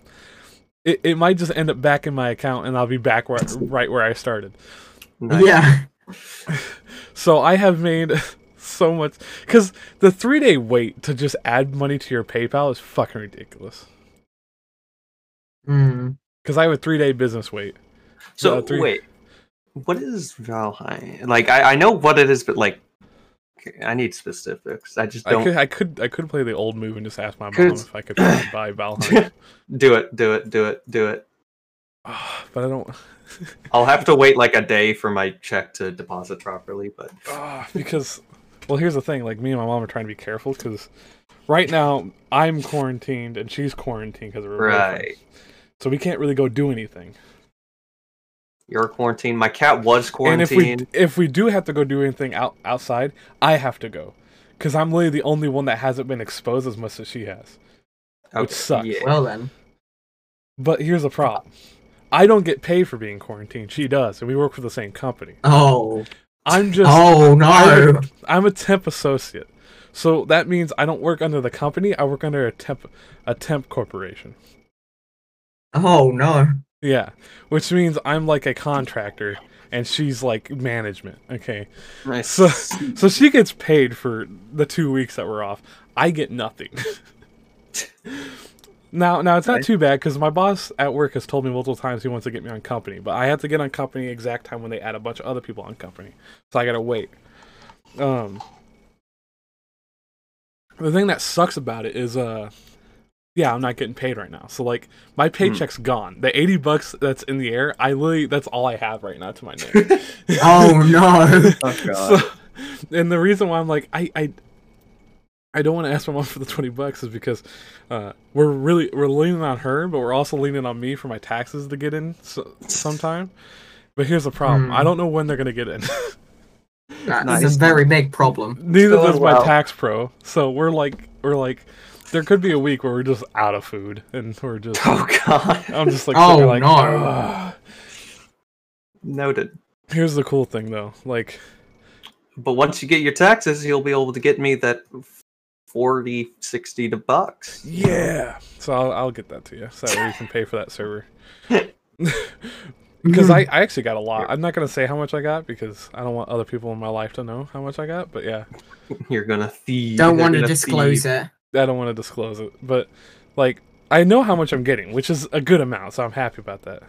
S2: it, it might just end up back in my account and I'll be back where right where I started.
S1: Nice.
S3: yeah,
S2: So I have made so much because the three day wait to just add money to your PayPal is fucking ridiculous.
S3: Mm.
S2: Because I have a three day business wait.
S1: So
S2: uh, three-
S1: wait, what is Valheim? Like I, I know what it is, but like I need specifics. I just
S2: I could,
S1: don't
S2: I could I could play the old move and just ask my mom
S1: Cause-
S2: if I could fucking buy Valheim,
S1: do it. Do it. Do it. Do it.
S2: Ah, but I don't
S1: I'll have to wait like a day for my check to deposit properly. But
S2: ah, because well here's the thing like me and my mom are trying to be careful because right now I'm quarantined and she's quarantined because of her boyfriend.
S1: right,
S2: so we can't really go do anything.
S1: You're quarantined. My cat was
S2: And if
S1: quarantined.
S2: we if we do have to go do anything out outside, I have to go because I'm literally the only one that hasn't been exposed as much as she has. which sucks.
S1: Oh, yeah.
S3: Well then,
S2: But here's the problem: I don't get paid for being quarantined. She does, and we work for the same company.
S3: oh,
S2: I'm just
S3: oh
S2: I
S3: no,
S2: would- I'm a temp associate, so that means I don't work under the company. I work under a temp a temp corporation.
S3: oh no.
S2: Yeah, which means I'm like a contractor, and she's like management. Okay,
S1: Nice.
S2: so so she gets paid for the two weeks that we're off. I get nothing. now now it's not
S4: Right.
S2: too bad because my boss at work has told me multiple times he wants to get me on company, but I have to get on company exact time when they add a bunch of other people on company, so I gotta wait. Um, the thing that sucks about it is uh. Yeah, I'm not getting paid right now. So like my paycheck's gone. The 80 bucks that's in the air, I literally that's all I have right now to my name.
S3: Oh no.
S4: Oh god.
S2: So, and the reason why I'm like I I, I don't want to ask my mom for the twenty bucks is because uh, we're really we're leaning on her, but we're also leaning on me for my taxes to get in so, sometime. But here's the problem: I
S3: Hmm.
S2: don't know when they're gonna get in.
S3: That's
S4: Nice.
S3: a very big problem.
S2: Neither
S4: Oh,
S2: does my
S4: wow.
S2: tax pro. So we're like we're like, there could be a week where we're just out of food, and we're just
S1: oh god.
S2: I'm just like sitting there
S3: Oh,
S2: like,
S3: no.
S2: "Ugh."
S1: Noted.
S2: Here's the cool thing though, like
S1: But once you get your taxes, you'll be able to get me that 40, 60 to bucks.
S2: yeah. So I'll, I'll get that to you, so that way you can pay for that server.
S3: Hmm.
S2: because I, I actually got a lot. I'm not gonna say how much I got because I don't want other people in my life to know how much I got. But yeah,
S1: You're gonna thieve.
S3: don't
S1: They're
S3: want to
S1: gonna
S3: disclose
S1: thieve.
S3: it.
S2: I don't want to disclose it. But like, I know how much I'm getting, which is a good amount, so I'm happy about that.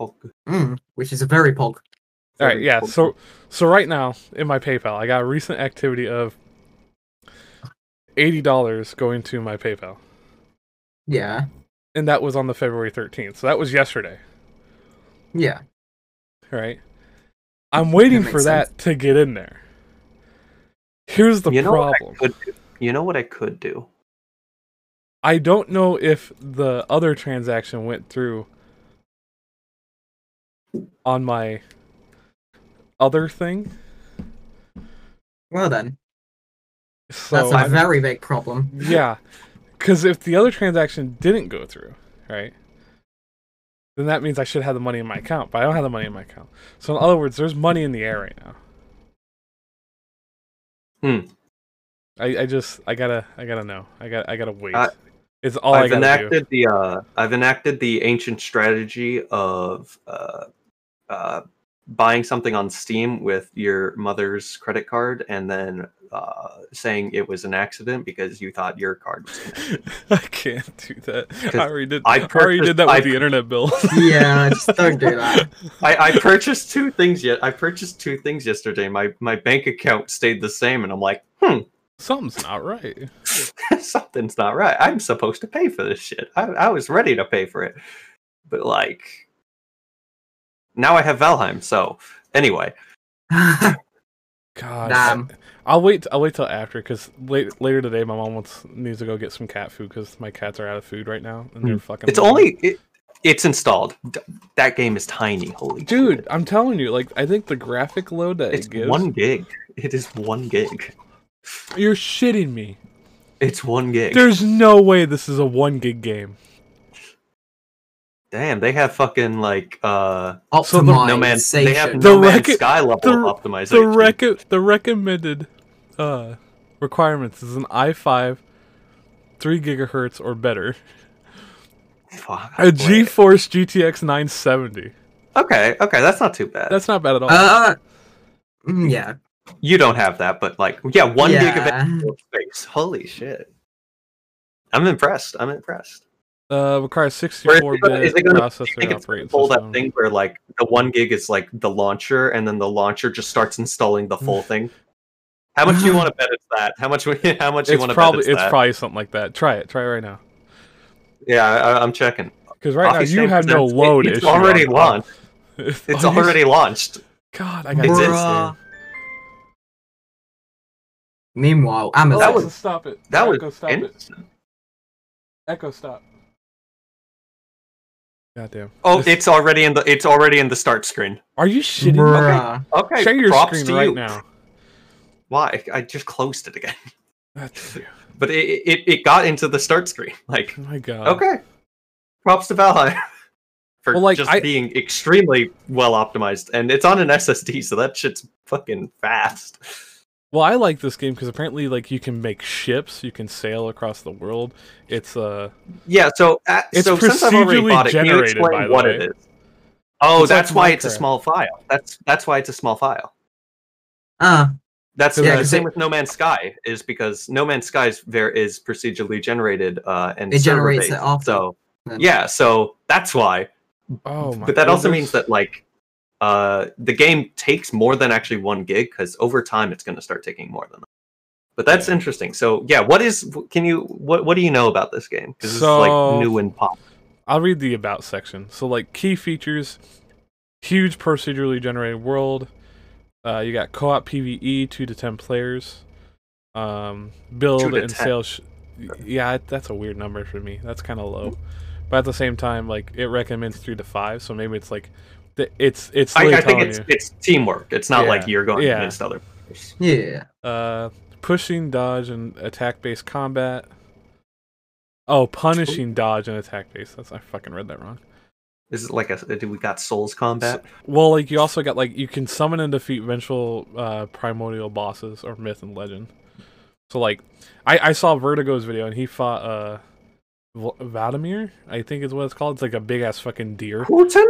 S1: Oh,
S3: Mm, which is a very pog.
S2: All right,
S1: Very
S2: yeah.
S1: cool.
S2: So so right now in my PayPal, I got a recent activity of eighty dollars going to my PayPal,
S3: Yeah.
S2: and that was on the February 13th. So that was yesterday.
S3: Yeah.
S2: All right, I'm waiting
S3: makes
S2: for that to get in there. Here's the
S1: you know
S2: problem.
S1: What I could do? You know what I could do?
S2: I don't know if the other transaction went through on my other thing.
S3: Well then,
S2: So
S3: that's a
S2: I-
S3: very big problem.
S2: yeah, because if the other transaction didn't go through, right, then that means I should have the money in my account, but I don't have the money in my account. So in other words, there's money in the air right now.
S1: Hmm.
S2: I, I just I gotta I gotta know I got I gotta wait.
S1: I-
S2: it's all I
S1: I've
S2: gotta do.
S1: enacted the uh, I've enacted the ancient strategy of uh, uh, buying something on Steam with your mother's credit card and then uh, saying it was an accident because you thought your card was.
S2: I can't do that. I already did.
S1: I
S2: I, already
S1: purchased-
S2: did that with
S1: I-
S2: the internet bill.
S3: yeah, just don't do that.
S1: I, I purchased two things yet. I purchased two things yesterday. My my bank account stayed the same, and I'm like, hmm,
S2: Something's not right.
S1: something's not right. I'm supposed to pay for this shit. I, I was ready to pay for it, but like, now I have Valheim. So anyway,
S2: God,
S3: Damn.
S2: I'll wait. I'll wait till after because late, later today, my mom wants needs to go get some cat food because my cats are out of food right now and they're fucking.
S1: Hmm. it's
S2: lonely.
S1: only it, it's installed. D- That game is tiny. Holy
S2: dude.
S1: shit.
S2: I'm telling you, like I think the graphic load that
S1: It's
S2: it gives.
S1: one gig. It is one gig.
S2: You're shitting me.
S1: It's one gig.
S2: There's no way this is a one gig game.
S1: Damn, they have fucking like uh
S3: Optimize.
S2: So the-
S1: no man. They have
S2: The
S1: no man's
S2: recon-
S1: sky level
S2: the-
S1: optimization.
S2: The rec- the recommended uh, requirements is an i5, three gigahertz or better.
S1: Fuck,
S2: A
S1: wait.
S2: GeForce GTX 970.
S1: Okay, okay, that's not too bad.
S2: That's not bad at all.
S3: Uh, mm, yeah.
S1: you don't have that, but like, yeah, one
S3: yeah.
S1: gig of actual space. Holy shit! I'm impressed. I'm impressed.
S2: Uh, requires
S1: Where is
S2: 64-bit
S1: it gonna- I
S2: processor
S1: think it's
S2: operating
S1: pull
S2: system.
S1: that thing where like the one gig is like the launcher, and then the launcher just starts installing the full thing. How much do you want to bet it's that? How much? How much do you want
S2: It's
S1: to bet
S2: probably
S1: it's,
S2: it's,
S1: that?
S2: probably something like that. Try it. Try it right now.
S1: yeah, I, I'm checking.
S2: Because right
S1: Coffee
S2: now you
S1: stain
S2: have no
S1: presents-
S2: load
S1: It's
S2: issue
S1: already
S2: on-
S1: launched.
S2: It's,
S1: It's
S2: oh, you-
S1: already launched.
S2: God, I
S1: It's in
S2: got
S3: Bruh. Meanwhile, Amazon.
S1: That was-
S2: stop it.
S1: That was
S2: Echo, stop it.
S1: interesting.
S2: Echo, stop. Goddamn.
S1: Oh,
S2: This-
S1: it's already in the it's already in the start screen.
S2: Are you shitting? me?
S3: Bruh.
S1: Okay,
S2: Share your
S1: props
S2: screen
S1: to
S2: right
S1: you.
S2: now.
S1: Why? I just closed it again.
S2: That's,
S1: But it, it, it got into the start screen. Like,
S2: oh my god.
S1: okay. Props to Valheim for
S2: Well, like,
S1: just
S2: I-
S1: being extremely well optimized. And it's on an SSD, so that shit's fucking fast.
S2: Well, I like this game because apparently, like, you can make ships, you can sail across the world. It's uh,
S1: Yeah, so uh,
S2: It's
S1: so since I've already
S2: procedurally
S1: bought it, can you
S2: generated,
S1: explain
S2: by the
S1: what
S2: way.
S1: it is? Oh,
S2: It's like
S1: that's why it's a
S2: Minecraft.
S1: small file. That's that's why it's a small file.
S3: Ah,
S1: That's
S3: Yeah,
S1: yeah, the
S3: 'cause
S1: same
S3: it-
S1: with No Man's Sky is because No Man's Sky is there is procedurally generated uh, and
S3: It generates it
S1: server-based.
S3: after,
S1: So
S3: then.
S1: yeah, so that's why.
S2: oh my.
S1: but that also
S2: goodness.
S1: means that like uh, the game takes more than actually one gig because over time it's going to start taking more than that. But that's
S2: Yeah.
S1: interesting. So yeah, what is can you what what do you know about this game? Because it's
S2: So-
S1: like new and pop.
S2: I'll read the about section. So like key features, huge procedurally generated world. Uh, you got co-op PVE, two to ten players. Um,
S1: Two
S2: build
S1: to 10.
S2: and sale. Sh- yeah, I- that's a weird number for me. That's kind of low. But at the same time, like it recommends three to five. So maybe it's like, th- it's it's.
S1: I, I
S2: literally
S1: think
S2: telling
S1: it's
S2: you.
S1: it's teamwork. It's not like
S2: Yeah.
S1: you're going
S2: Yeah.
S1: against other. players.
S3: yeah.
S2: Uh, pushing, dodge, and attack-based combat. Oh, punishing, dodge, and attack-based. That's I fucking read that wrong.
S1: Is it like a do we got souls combat?
S2: Well, like you also got like you can summon and defeat eventual uh, primordial bosses or myth and legend. So like, I I saw Vertigo's video and he fought uh, Vl- Vladimir, I think is what it's called. It's like a big ass fucking deer.
S1: Putin?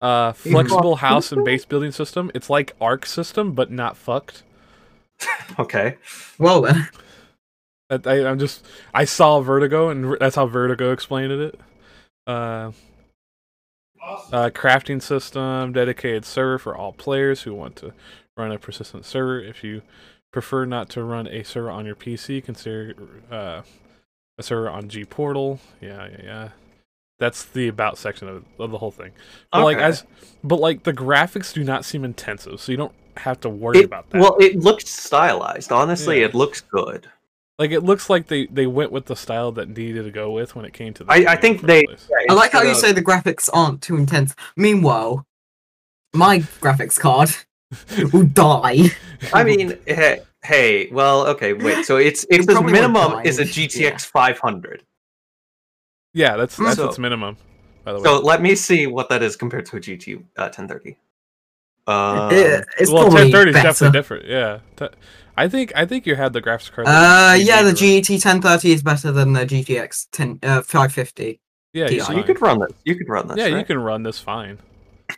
S2: Uh,
S1: He fought
S2: flexible house and
S1: Vladimir?
S2: base building system. It's like Arc system, but not fucked.
S1: Okay.
S3: Well then,
S2: I, I, I'm just I saw Vertigo, and ver- that's how Vertigo explained it. Uh, uh, crafting system, dedicated server for all players who want to run a persistent server. If you prefer not to run a server on your PC, consider uh, a server on G Portal. Yeah, yeah, yeah. That's the about section of, of the whole thing. But like
S1: Okay.
S2: as, but like the graphics do not seem intensive, so you don't have to worry
S1: It-
S2: about that.
S1: Well, it looks stylized. Honestly,
S2: Yeah.
S1: it looks good.
S2: Like it looks like they they went with the style that needed to go with when it came to. The
S1: I-
S2: game
S1: I
S2: in the
S1: think
S2: first
S1: they-
S2: place.
S3: I like how
S1: Instead
S3: you
S1: of-
S3: say the graphics aren't too intense. Meanwhile, my graphics card will die.
S1: I mean, hey, hey, well, okay, wait. So it's it says
S3: probably won't
S1: minimum
S3: die.
S1: is a
S3: Yeah.
S1: GTX 500.
S2: Yeah, that's that's
S1: So-
S2: its minimum. By the way,
S1: So let me see what that is compared to a GT uh, 1030. Uh,
S3: It- it's
S2: well,
S3: probably
S2: 1030 is
S3: better.
S2: definitely different. Yeah, Te- I think I think you had the graphics card. that
S3: Uh,
S2: you
S3: yeah, the
S2: needed, right?
S3: GT 1030 is better than the GTX 10 uh, 550.
S2: Yeah, you,
S3: so
S1: so you could run this. You could run this.
S2: yeah, you
S1: right?
S2: can run this fine.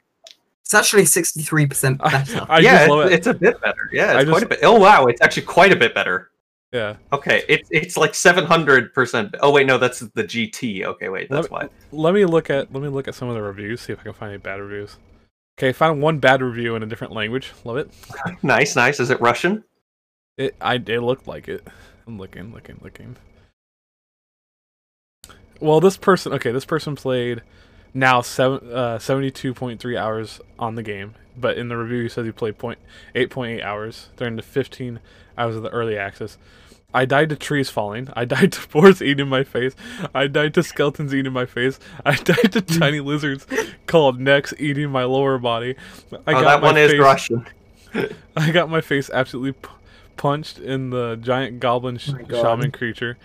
S3: It's actually 63%
S2: I,
S3: better.
S2: I
S1: yeah,
S2: just love
S1: it's,
S2: it.
S1: it's a bit better. Yeah,
S2: I
S1: it's quite
S2: just-
S1: a bit. Oh wow, it's actually quite a bit better.
S2: Yeah,
S1: Okay, it's it's like seven hundred percent. Oh wait, no, that's the GT. Okay, wait, that's
S2: Let-
S1: why.
S2: let me look at let me look at some of the reviews. See if I can find any bad reviews. Okay, found one bad review in a different language. Love it.
S1: Nice, nice. Is it Russian?
S2: It I it looked like it. I'm looking, looking, looking. Well, this person okay, this person played now seven uh seventy two point three hours on the game, but in the review he says he played point eight point eight hours during the fifteen hours of the early access. I died to trees falling. I died to boars eating my face. I died to skeletons eating my face. I died to tiny lizards called necks eating my lower body. I
S1: oh, that
S2: my
S1: one is
S2: face-
S1: Russian.
S2: I got my face absolutely p- punched in the giant goblin sh-
S3: Oh My God.
S2: shaman creature.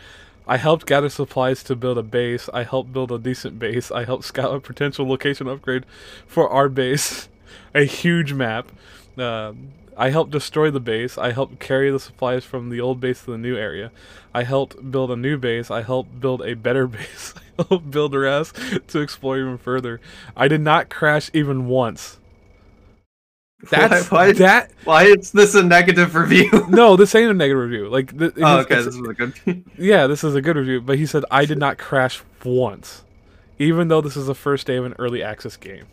S2: I helped gather supplies to build a base. I helped build a decent base. I helped scout a potential location upgrade for our base, a huge map. Um I helped destroy the base. I helped carry the supplies from the old base to the new area. I helped build a new base. I helped build a better base. I helped build a rest to explore even further. I did not crash even once. That's
S1: why, why,
S2: that
S1: why is this a negative review?
S2: no, this ain't a negative review. Like, th- it
S1: oh,
S2: is-
S1: okay,
S2: it's-
S1: this is a good.
S2: yeah, this is a good review. But he said I did not crash once, even though this is the first day of an early access game.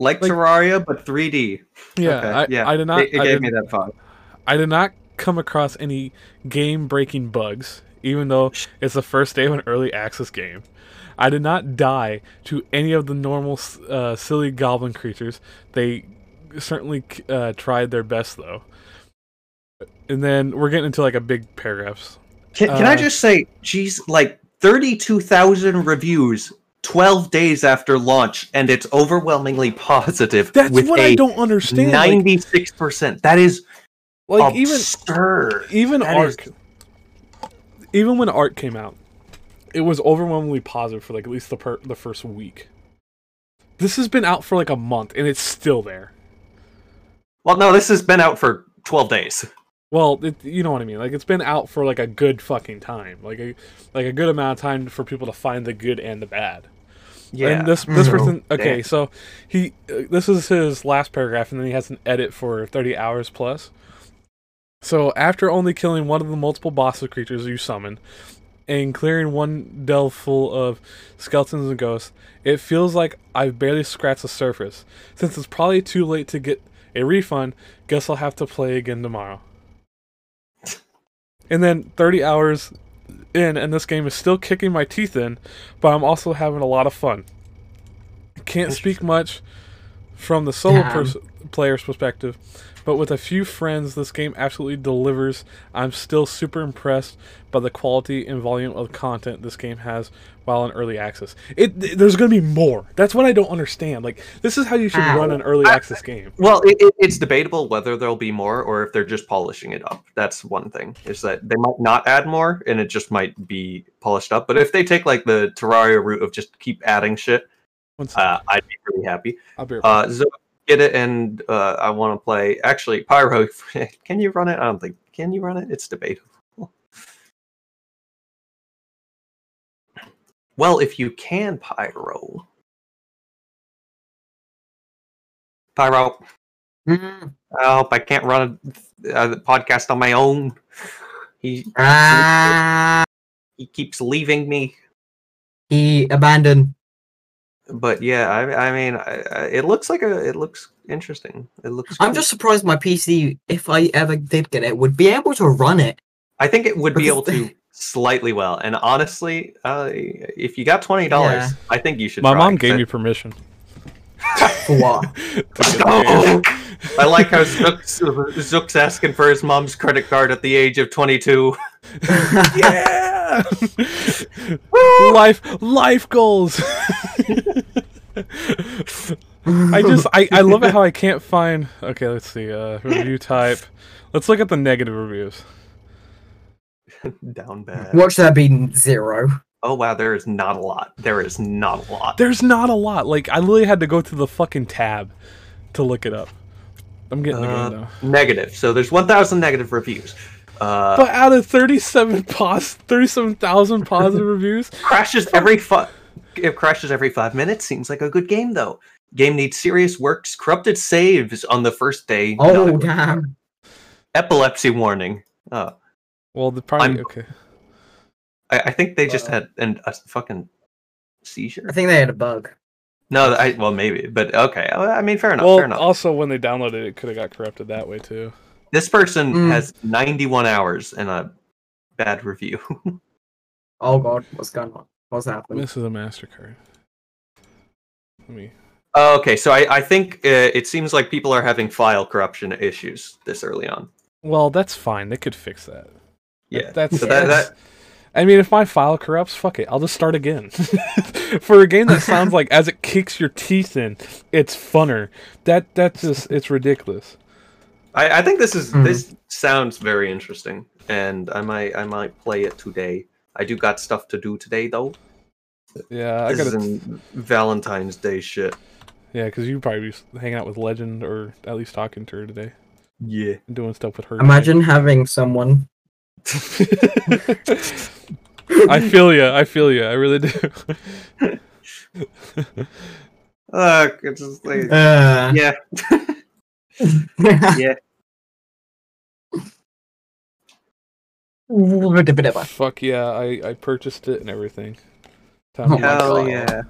S1: like,
S2: Like-
S1: Terraria, but 3D.
S2: Yeah,
S1: Okay,
S2: I, I did not.
S1: It, it
S2: I,
S1: gave
S2: did,
S1: me that vibe.
S2: I did not come across any game-breaking bugs, even though it's the first day of an early access game. I did not die to any of the normal, s- uh, silly goblin creatures. They certainly c- uh, tried their best, though. And then we're getting into like a big paragraphs.
S1: Can, can I
S2: Uh,
S1: just say, geez, like thirty-two thousand reviews 12 days after launch and it's overwhelmingly positive
S2: That's
S1: with
S2: what
S1: a
S2: I don't understand. Like,
S1: 96%. that is
S2: like even
S1: absurd.
S2: even
S1: That is-
S2: Ark, even when Ark came out, it was overwhelmingly positive for like at least the per- the first week. This has been out for like a month and it's still there.
S1: well, no, this has been out for 12 days.
S2: Well, it, you know what I mean. Like it's been out for like a good fucking time, like a like a good amount of time for people to find the good and the bad. And this this
S3: Mhm.
S2: person okay,
S1: Yeah.
S2: so he uh, this is his last paragraph and then he has an edit for 30 hours plus. So after only killing one of the multiple boss creatures you summon and clearing one dell full of skeletons and ghosts, it feels like I've barely scratched the surface. Since it's probably too late to get a refund, guess I'll have to play again tomorrow. And then 30 hours in and this game is still kicking my teeth in, but I'm also having a lot of fun. Can't speak much from the solo
S3: Damn.
S2: pers- player's perspective, but with a few friends, this game absolutely delivers. I'm still super impressed by the quality and volume of content this game has while in early access. It th- there's going to be more. That's what I don't understand. Like this is how you should
S3: Ow.
S2: run an early
S1: I-
S2: access game.
S1: Well, it, it, it's debatable whether there'll be more or if they're just polishing it up. That's one thing is that they might not add more and it just might be polished up. But if they take like the Terraria route of just keep adding shit,
S2: One sec-
S1: uh, I'd be pretty happy.
S2: I'll be right back.
S1: Uh, so get it, and uh, I want to play. Actually, Pyro, can you run it? I don't think can you run it. It's debatable. Well, if you can, Pyro. Pyro,
S3: Mm.
S1: I hope I can't run a, a podcast on my own. He
S3: Ah,
S1: he keeps leaving me.
S3: he abandoned.
S1: But yeah, I, I mean, I, I, it looks like a. It looks interesting. It looks.
S3: I'm
S1: cool.
S3: just surprised my PC, if I ever did get it, would be able to run it.
S1: I think it would be able
S3: Because
S1: to slightly well. And honestly, uh, if you got twenty dollars,
S3: Yeah.
S1: I think you should.
S2: My
S1: try,
S2: mom
S1: 'cause
S2: gave
S1: I-
S2: me permission.
S3: For what?
S2: to
S1: Let's
S2: get the game.
S1: Oh! I like how Zook's, Zook's asking for his mom's credit card at the age of twenty-two.
S2: yeah. life life goals. I just I, I love it how I can't find okay, let's see, uh review type. Let's look at the negative reviews.
S1: Down bad.
S3: Watch that be zero.
S1: Oh wow, there is not a lot. There is not a lot.
S2: There's not a lot. Like I literally had to go to the fucking tab to look it up. I'm getting
S1: Uh,
S2: the game though.
S1: negative. So there's one thousand negative reviews. Uh,
S2: But out of 37 pos 37,000 positive reviews,
S1: crashes every fi- it crashes every five minutes. Seems like a good game though. Game needs serious works. Corrupted saves on the first day. Not a
S3: Oh
S1: good-
S3: damn!
S1: epilepsy warning. Oh,
S2: well, the probably
S1: I'm-
S2: okay.
S1: I, I think they just
S3: Uh,
S1: had an, a fucking seizure.
S3: I think they had a bug.
S1: No, I well maybe, but okay. Oh, I mean, fair enough. fair
S2: Well, uh,
S1: enough.
S2: also when they downloaded it, it could have got corrupted that way too.
S1: this person
S3: Mm.
S1: has 91 hours and a bad review.
S3: Oh god, what's going on? What's happening?
S2: This is a Mastercard. Let me
S1: Oh, okay, so I, I think uh, it seems like people are having file corruption issues this early on.
S2: Well, that's fine. They could fix that.
S1: Yeah,
S2: that's,
S1: so that,
S2: that's-
S1: that
S2: I mean, if my file corrupts, fuck it. I'll just start again. For a game that sounds like as it kicks your teeth in, it's funner. That that's just it's ridiculous.
S1: I, I think this is
S3: Mm.
S1: this sounds very interesting, and I might I might play it today. I do got stuff to do today though.
S2: Yeah, I
S1: This
S2: gotta.
S1: isn't Valentine's Day shit.
S2: Yeah, because you probably be hanging out with Legend or at least talking to her today
S1: Yeah.
S2: and doing stuff with her. today.
S3: Imagine having someone.
S2: I feel you. I feel you. I really do.
S1: Look, it's just like,
S3: Uh,
S1: yeah.
S2: Fuck yeah! I I purchased it and everything.
S3: Oh my
S1: Hell
S2: Hell
S3: God.
S1: yeah.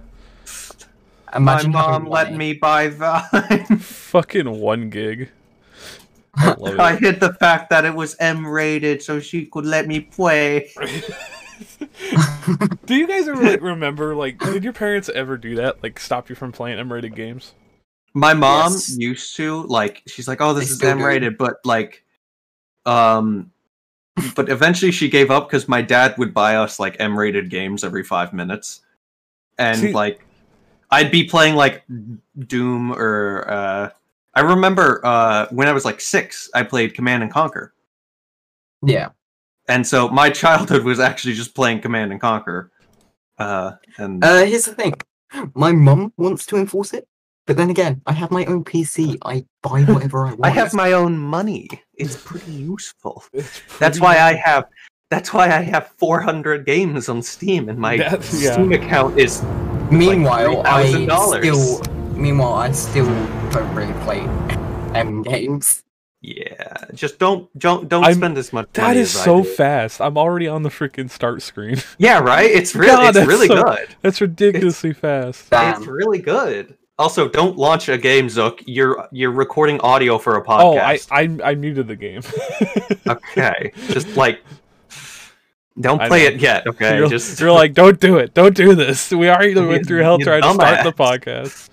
S1: My
S3: Imagine having
S1: mom let
S3: money.
S1: me buy Vine.
S2: Fucking one gig. I
S3: Oh,
S2: love it.
S1: I hid the fact that it was M rated so she could let me play.
S2: do you guys ever like remember like did your parents ever do that like stop you from playing m-rated games
S1: My mom
S3: Yes.
S1: used to, like, she's like, oh,
S3: I
S1: this is
S3: still do.
S1: M rated, but like, um, but eventually she gave up because my dad would buy us like M rated games every five minutes. and
S2: See-
S1: like I'd be playing like Doom or uh, I remember uh, when I was like six, I played Command and Conquer,
S3: Yeah.
S1: and so my childhood was actually just playing Command and Conquer. Uh, and
S3: Uh, here's the thing. My mum wants to enforce it, but then again, I have my own PC. I buy whatever I want.
S1: I have my own money. It's pretty useful.
S2: It's
S1: That's
S2: pretty-
S1: why I have. That's why I have 400 games on Steam, and my
S2: That's- yeah.
S1: Steam account is
S3: Meanwhile, I
S1: $3,000.
S3: still. Meanwhile, I still don't really play M games.
S1: Yeah, just don't don't don't
S2: I'm-
S1: spend as much.
S2: That
S1: money
S2: is
S1: as I
S2: so
S1: do.
S2: fast. I'm already on the freaking start screen.
S1: Yeah, right. It's really
S2: God,
S1: it's
S2: that's
S1: really
S2: so-
S1: good.
S2: That's ridiculously fast.
S3: Damn.
S1: It's really good. Also, don't launch a game, Zook. You're you're recording audio for a
S2: Oh, I,
S1: podcast.
S2: I I muted the game.
S1: Okay, just like don't
S2: I
S1: play
S2: know.
S1: it yet. Okay,
S2: you're,
S1: just
S2: you're like, don't do it, don't do this. We already went
S1: You-
S2: through hell
S1: you
S2: trying to start the
S1: dumbass.
S2: podcast.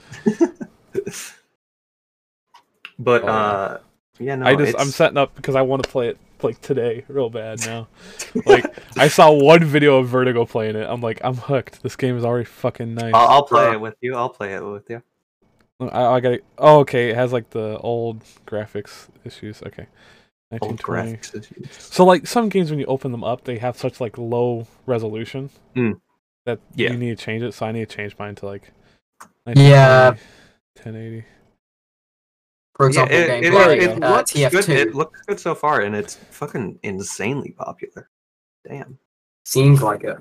S1: But
S2: Oh.
S1: uh, yeah, no,
S2: I just
S1: it's-
S2: I'm setting up because I want to play it like today, real bad now. Like I saw one video of Vertigo playing it. I'm like, I'm hooked. This game is already fucking nice.
S1: I'll, I'll play
S3: Uh,
S1: it with you. I'll play it with you.
S2: I, I got. Oh, okay. It has like the old graphics issues. Okay,
S1: Old
S2: 1920.
S1: graphics. issues.
S2: So like some games when you open them up, they have such like low resolution
S1: Mm.
S2: that
S1: Yeah.
S2: you need to change it. So I need to change mine to like
S3: Yeah.
S2: 1080.
S3: For
S1: Yeah,
S3: example,
S1: it,
S3: games
S1: it,
S3: like
S1: it
S3: uh,
S1: looks
S3: TF2
S1: good. It looks good so far, and it's fucking insanely popular. Damn.
S3: seems like it.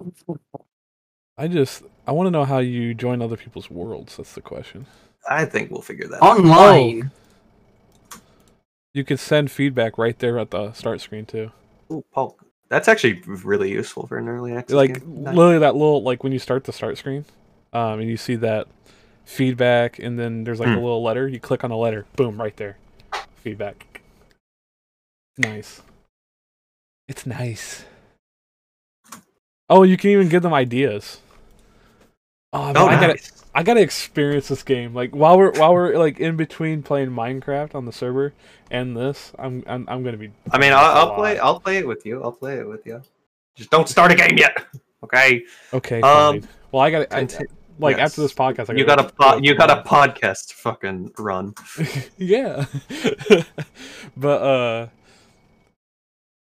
S2: I just I want to know how you join other people's worlds. That's the question.
S1: I think we'll figure that out.
S3: Online.
S2: You could send feedback right there at the start screen too.
S1: Ooh, Polk. That's actually really useful for an early access.
S2: Like
S1: game. Nice.
S2: literally that little like when you start the start screen, um, and you see that feedback, and then there's like a
S1: Mm.
S2: little letter. You click on the letter, boom, right there, feedback. Nice. It's nice. Oh, you can even give them ideas. Oh, man,
S1: oh,
S2: I gotta,
S1: nice.
S2: I gotta experience this game. Like while we're while we're like in between playing Minecraft on the server and this, I'm I'm, I'm gonna be.
S1: I mean,
S2: That's a
S1: I'll, I'll play.
S2: lot.
S1: I'll play it with you. I'll play it with you. Just don't start a game yet. Okay.
S2: Okay.
S1: Um,
S2: Fine. well, I gotta. I,
S1: Conti-
S2: like
S1: yes.
S2: after this podcast, I
S1: you got
S2: gotta
S1: a po- you got a podcast fucking run.
S2: yeah. but uh,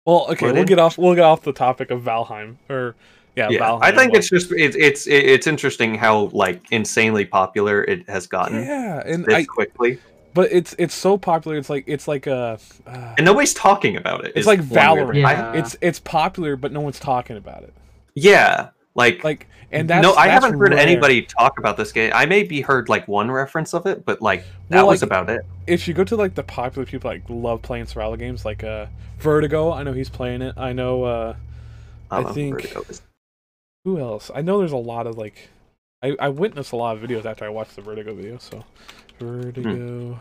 S2: well, okay,
S1: Well,
S2: we'll
S1: then-
S2: get off. We'll get off the topic of Valheim or yeah,
S1: Yeah,
S2: Valheim.
S1: I think
S2: like-
S1: it's just it's it's it's interesting how like insanely popular it has gotten
S2: yeah, and
S1: this
S2: I
S1: quickly,
S2: but it's it's so popular. It's like it's like a. Uh,
S1: and nobody's talking about it.
S2: It's
S1: is
S2: like
S1: one way or
S2: Valorant.
S1: another.
S3: Yeah.
S2: it's it's popular, but no one's talking about it.
S1: yeah, like
S2: Like, and that's
S1: no, I
S2: that's
S1: haven't heard
S2: rare.
S1: anybody talk about this game. I maybe heard like one reference of it, but like that
S2: Well,
S1: was
S2: like,
S1: about it.
S2: if you go to like the popular people like love playing survival games like uh vertigo i know he's playing it i know uh I
S1: Um,
S2: think-
S1: Vertigo is-
S2: who else i know there's a lot of like i, I witnessed a lot of videos after i watched the vertigo video so
S3: Hmm.
S2: vertigo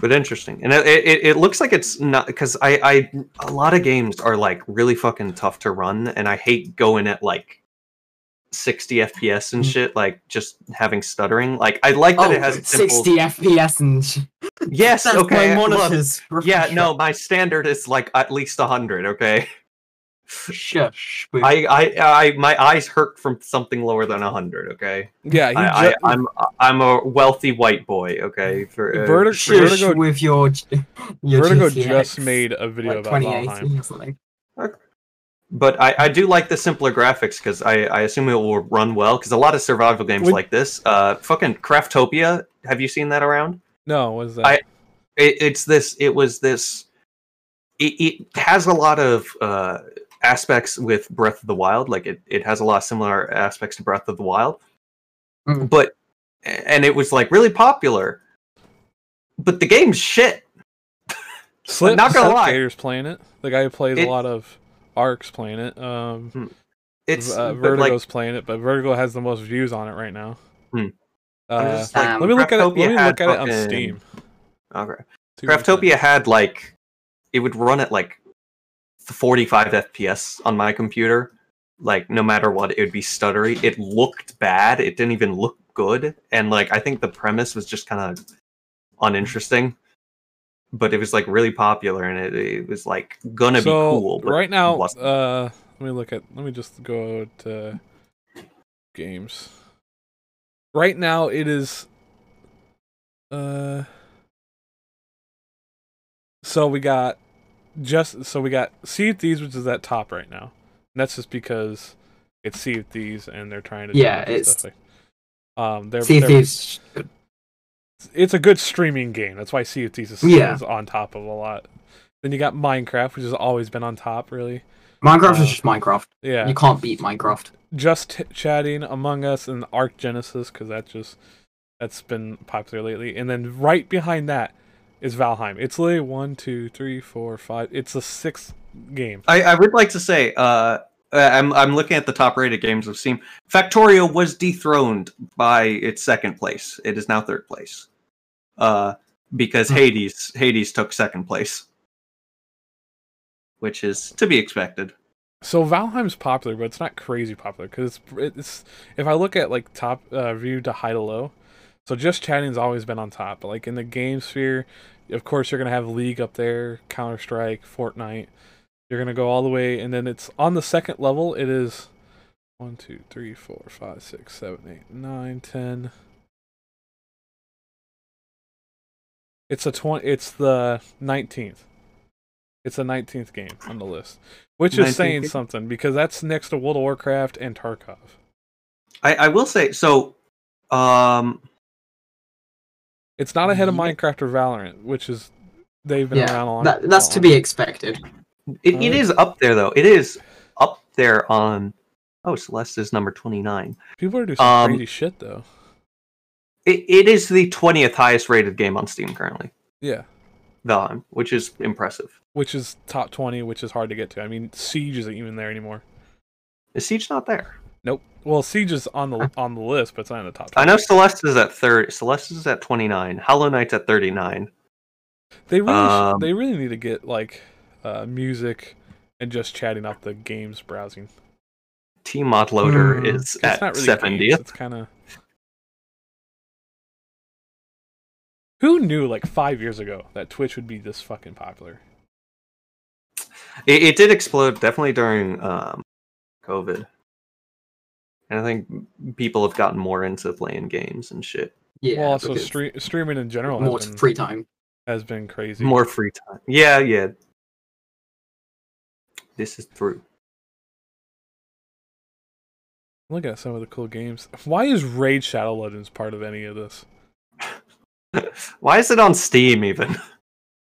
S1: but interesting, and it, it, it looks like it's not because I, I a lot of games are like really fucking tough to run, and I hate going at like sixty FPS and
S2: Mm.
S1: shit, like just having stuttering. Like I like that
S3: oh,
S1: it has a simple.
S3: 60 FPS and sh-
S1: Yes,
S3: that's
S1: okay.
S3: my
S1: look,
S3: monitors.
S1: yeah, no, my standard is like at least hundred. Okay,
S3: Shush.
S1: I, I, I, my eyes hurt from something lower than hundred. Okay.
S2: yeah he
S1: I,
S2: ju-
S1: I, I'm I'm a wealthy white boy. Okay, for uh,
S2: Verti-
S3: Shush
S2: Vertigo-
S3: with your, j- your
S2: vertigo
S3: GTX,
S2: just made a video
S3: like
S2: about valheim
S3: 2018 or something.
S1: but I, I do like the simpler graphics because I, I assume it will run well because a lot of survival games
S2: Would-
S1: like this, uh, fucking Craftopia. Have you seen that around?
S2: no was that
S1: I- It, it's this. It was this. It, it has a lot of uh, aspects with Breath of the Wild. Like it, it has a lot of similar aspects to Breath of the Wild.
S2: Hmm.
S3: Mm.
S1: But and it was like really popular. But the game's shit.
S2: Slip,
S1: not gonna
S2: Slip
S1: lie.
S2: Gator's playing it the guy who plays
S1: It-
S2: a lot of arcs playing it um
S1: It's
S2: uh,
S1: but, like,
S2: vertigo's playing it but vertigo has the most views on it right now
S1: Hmm. I'm
S2: uh,
S1: just like,
S3: Um,
S2: let me look at it let
S1: Craftopia
S2: me look
S1: had
S2: at it on
S1: fucking-
S2: steam
S1: Okay.
S2: See what it says.
S1: Craftopia had like it would run at like 45 FPS on my computer. Like no matter what, it would be stuttery. It looked bad. It didn't even look good. And like I think the premise was just kind of uninteresting. But it was like really popular, and it, it was like gonna
S2: so
S1: be cool. But
S2: right now
S1: wasn't.
S2: uh let me look at let me just go to games. Right now, it is. Uh. So we got just so we got Sea of Thieves, which is at top right now. And that's just because it's Sea of Thieves, and they're trying to do
S3: Yeah,
S2: different
S3: it's-
S2: stuff like- um they're,
S3: See if
S2: they're-
S3: these.
S2: it's a good streaming game. That's why Sea of Thieves is,
S3: Yeah.
S2: is on top of a lot. Then you got Minecraft, which has always been on top, really.
S3: Minecraft
S2: Uh,
S3: is just Minecraft.
S2: Yeah,
S3: You can't beat Minecraft.
S2: just T- chatting Among Us and Arc Genesis because that just that's been popular lately. And then right behind that is Valheim. It's literally one, two, three, four, five. It's the sixth game.
S1: I, I would like to say, uh, I'm I'm looking at the top rated games of Steam. Factorio was dethroned by its second place. It is now third place, uh, because
S3: Hmm.
S1: Hades Hades took second place, which is to be expected.
S2: So Valheim's popular, but it's not crazy popular because it's, it's if I look at like top uh, view to high to low, so just chatting's always been on top. But like in the game sphere, of course you're gonna have League up there, Counter Strike, Fortnite. You're gonna go all the way, and then it's on the second level. It is one, two, three, four, five, six, seven, eight, nine, ten. It's a twenty. It's the nineteenth. It's the nineteenth game on the list, which is
S1: 19th
S2: saying
S1: game?
S2: something because that's next to World of Warcraft and Tarkov.
S1: I, I will say so. Um,
S2: It's not ahead of
S3: Ye-
S2: Minecraft or Valorant, which is they've been
S3: Yeah,
S2: around a long.
S3: that, that's to
S2: long.
S3: be expected.
S1: it,
S2: Alright.
S1: it is up there though. It is up there on. Oh, Celeste is number twenty nine.
S2: People are doing some
S1: Um,
S2: crazy shit though.
S1: It, it is the twentieth highest rated game on Steam currently.
S2: Yeah,
S1: Valheim, which is impressive.
S2: which is top twenty, which is hard to get to. I mean, Siege isn't even there anymore.
S1: Is Siege not there?
S2: Nope. Well, Siege is on the on the list, but it's not in the top. 20.
S1: I know Celeste is at thirty. Celeste is at twenty nine. Hollow Knight's at thirty nine.
S2: They really sh
S1: Um,
S2: they really need to get like uh, music and just chatting off the games browsing.
S1: T Mod Loader
S3: Hmm,
S1: is
S2: 'Cause
S1: at
S2: games,
S1: seventieth.
S2: It's kind of. Who knew like five years ago that Twitch would be this fucking popular?
S1: It, it did explode definitely during um, COVID, and I think people have gotten more into playing games and shit.
S3: Yeah.
S2: well, also
S3: because
S2: stre- streaming in general
S3: more
S2: has been,
S3: free time.
S2: has been crazy.
S1: More free time. Yeah, yeah. This is true.
S2: Look at some of the cool games. Why is Raid Shadow Legends part of any of this?
S1: Why is it on Steam even?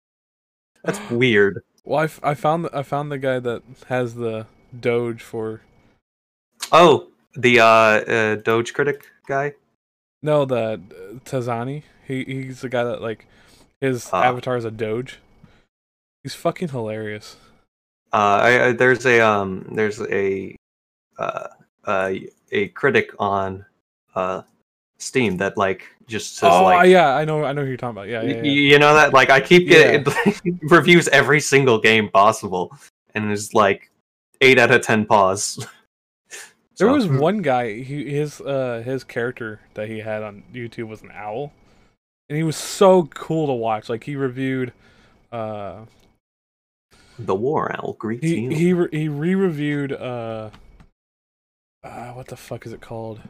S1: That's weird.
S2: Well, I, f- I found I found the guy that has the Doge for
S1: Oh, the uh, uh, Doge critic guy.
S2: no the uh, Tazani. He he's the guy that like his
S1: Ah.
S2: avatar is a Doge. He's fucking hilarious.
S1: Uh, I, I, there's a um, there's a uh, uh, a critic on uh, Steam that like just says
S2: oh
S1: like
S2: yeah, I know I know who you're talking about. Yeah,
S1: y-
S2: yeah,
S1: y-
S2: yeah.
S1: you know that like I keep getting reviews every single game possible and is like eight out of ten paws.
S2: There
S1: So,
S2: was one guy. He his uh his character that he had on YouTube was an owl, and he was so cool to watch. Like he reviewed, uh,
S1: the War Owl greets
S2: he
S1: you.
S2: he re- he re-reviewed uh, uh, what the fuck is it called?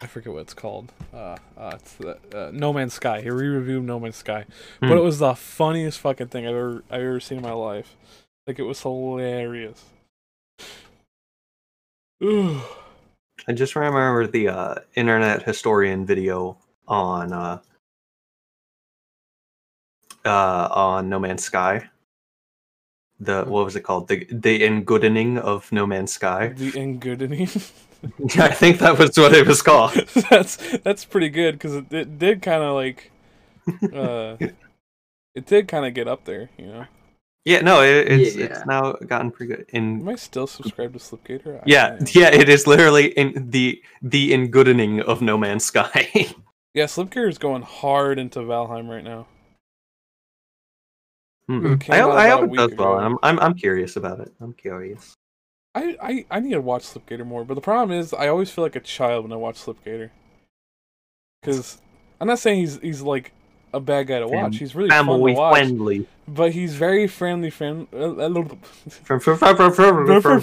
S2: I forget what it's called. Uh, uh, it's the, uh, No Man's Sky. He re-reviewed No Man's Sky, but
S1: Hmm.
S2: it was the funniest fucking thing I've ever I've ever seen in my life. Like it was hilarious. Ooh.
S1: I just remember the uh, internet historian video on uh, uh, on No Man's Sky. The what was it called? The the ingoodening of No Man's Sky.
S2: The Ingudini.
S1: I think that was what it was called.
S2: that's that's pretty good because it, it did kind of like, uh, it did kind of get up there. You know,
S1: Yeah, no, it, it's
S3: Yeah.
S1: it's now gotten pretty good. In
S2: am I still subscribed to Slipgator? I
S1: yeah,
S2: am.
S1: yeah, it is literally in the the ingoodening of No Man's Sky.
S2: yeah. Slipgator is going hard into Valheim right now.
S1: Hmm.
S2: It came
S1: I,
S2: out
S1: hope- I
S2: about a
S1: hope it
S2: week
S1: does well.
S2: ago.
S1: I'm, I'm I'm curious about it. I'm curious.
S2: I, I I need to watch Slipgator more, but the problem is I always feel like a child when I watch Slipgator. Because I'm not saying he's he's like a bad guy to
S1: Fam-
S2: watch. He's really fun to
S1: Family
S2: watch,
S1: friendly.
S2: but he's very friendly. Friend, uh,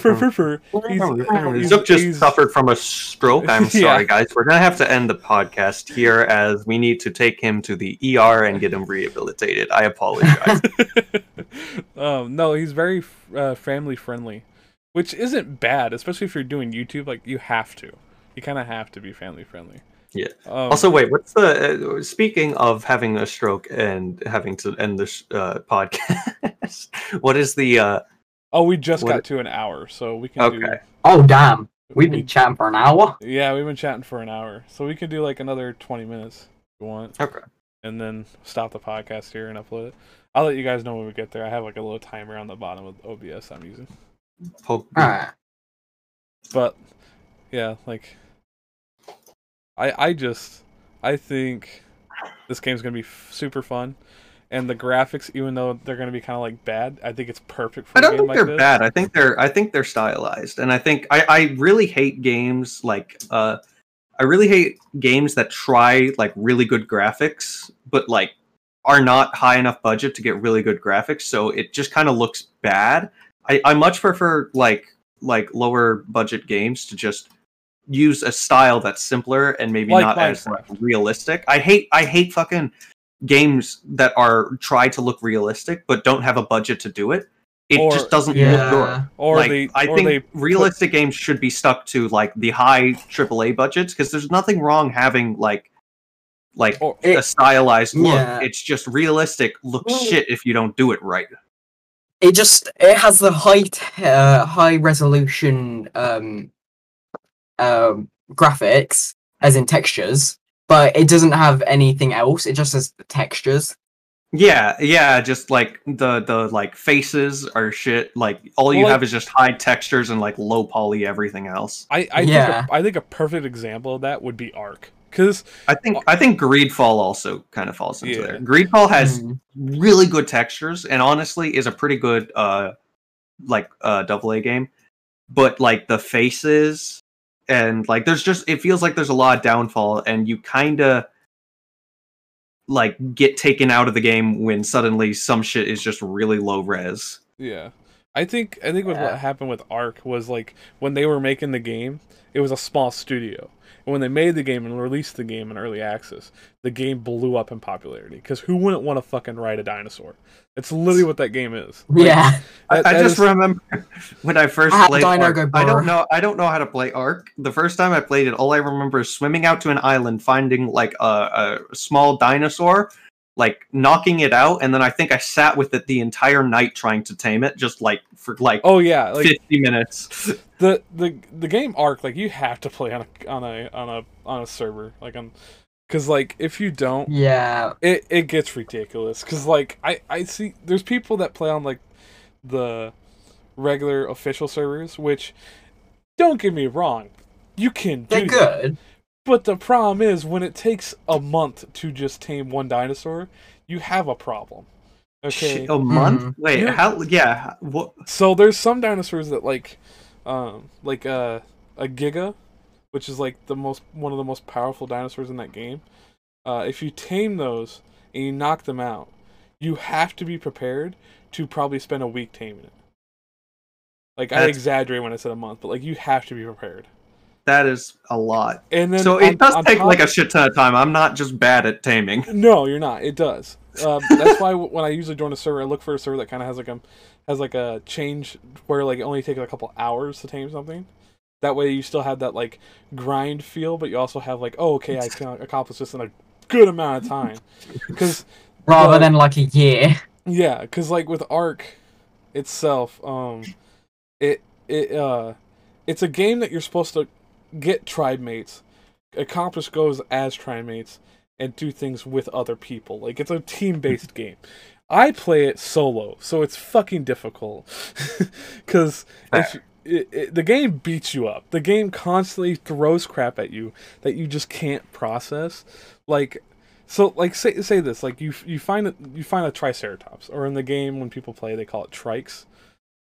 S2: He's-
S1: Zook just
S2: he's-
S1: suffered from a stroke. I'm
S2: Yeah.
S1: sorry, guys. We're gonna have to end the podcast here as we need to take him to the ER and get him rehabilitated. I apologize.
S2: um, no, he's very uh, family friendly, which isn't bad, especially if you're doing YouTube. Like you have to, you kind of have to be family friendly.
S1: Yeah.
S2: Um,
S1: also, wait. What's the uh, speaking of having a stroke and having to end this uh, podcast? what is the uh,
S2: oh, we just
S1: what-
S2: got to an hour, so we can do.
S1: okay?
S3: Oh damn, we've been chatting for an hour.
S2: Yeah, we've been chatting for an hour, so we can do like another twenty minutes if you want,
S1: Okay.
S2: and then stop the podcast here and upload it. I'll let you guys know when we get there. I have like a little timer on the bottom of OBS I'm using,
S1: Hope-
S3: Alright.
S2: but yeah, like I I just I think this game's gonna be f- super fun, and the graphics, even though they're gonna be kind of like bad, I think it's perfect
S1: I
S2: for a
S1: don't
S2: game
S1: think
S2: like
S1: they're
S2: this.
S1: bad. I think they're I think they're stylized, and I think I I really hate games like uh I really hate games that try like really good graphics, but like are not high enough budget to get really good graphics, so it just kind of looks bad. I I much prefer like like lower budget games to just use a style that's simpler and maybe
S2: Like
S1: not as like,
S2: Minecraft.
S1: realistic. I hate I hate fucking games that are try to look realistic but don't have a budget to do it. It
S2: Or-
S1: just doesn't look good.
S3: Yeah.
S2: Or
S1: like,
S2: they,
S1: I
S2: or
S1: think
S2: they,
S1: realistic games should be stuck to like the high AAA budgets because there's nothing wrong having like like
S2: or,
S3: It-
S1: a stylized look.
S3: Yeah.
S1: It's just realistic looks
S3: Well-
S1: shit if you don't do it right.
S3: It just it has the high t- uh, high resolution um um graphics as in textures, but it doesn't have anything else. It just has the textures.
S1: Yeah, yeah, just like the the like faces are shit. Like all you
S2: Well,
S1: have is just high textures and like low poly everything else.
S2: I, I
S3: Yeah.
S2: think a, I think a perfect example of that would be Ark, because
S1: I think I think Greedfall also kind of falls into
S2: Uh, Yeah.
S1: there. Greedfall has
S3: Mm.
S1: really good textures and honestly is a pretty good uh like uh double A game. But like the faces and like there's just it feels like there's a lot of downfall and you kinda like get taken out of the game when suddenly some shit is just really low res.
S2: Yeah. I think I think with
S3: Yeah.
S2: what happened with Ark was like when they were making the game, it was a small studio. And when they made the game and released the game in early access, the game blew up in popularity because who wouldn't want to fucking ride a dinosaur? It's literally what that game is. Like,
S3: Yeah.
S2: that-
S1: I, I
S2: that
S1: just
S2: is-
S1: remember when I first
S3: I had
S1: played
S3: Dino
S1: Ark,
S3: Go
S1: I
S3: Burr.
S1: don't know I don't know how to play Ark. The first time I played it, all I remember is swimming out to an island, finding like a, a small dinosaur, like knocking it out, and then I think I sat with it the entire night trying to tame it, just like for like,
S2: Oh yeah, like
S1: fifty minutes.
S2: the the the game Ark, like you have to play on a on a on a on a server, like on because like if you don't,
S3: Yeah.
S2: it it gets ridiculous because like I I see there's people that play on like the regular official servers, which don't get me wrong, you can
S3: They're
S2: do that.
S3: good.
S2: But the problem is when it takes a month to just tame one dinosaur, you have a problem. Okay,
S1: a month?
S3: Mhm.
S1: Wait,
S2: Yeah.
S1: how? Yeah, what?
S2: so there's some dinosaurs that like, um, like uh, a giga, which is like the most one of the most powerful dinosaurs in that game. Uh, if you tame those and you knock them out, you have to be prepared to probably spend a week taming it. Like I
S1: That's-
S2: exaggerate when I said a month, but like you have to be prepared.
S1: That is a lot.
S2: And then
S1: So
S2: on-
S1: it does
S2: on
S1: take
S2: top-
S1: like a shit ton of time. I'm not just bad at taming.
S2: No, you're not. It does. Um, that's why when I usually join a server, I look for a server that kind of has like a has like a change where like it only takes a couple hours to tame something. That way, you still have that like grind feel, but you also have like, oh, okay, I can accomplish this in a good amount of time. Because
S3: Rather
S2: Well-
S3: than like a year.
S2: yeah, because like with Ark itself, um, it it uh, it's a game that you're supposed to get tribe mates, accomplish goals as tribe mates, and do things with other people. Like it's a team based game. I play it solo, so it's fucking difficult. Because
S1: Ah.
S2: if it, it, the game beats you up, the game constantly throws crap at you that you just can't process. Like, so like say say this like you you find a, you find a triceratops or in the game when people play they call it trikes,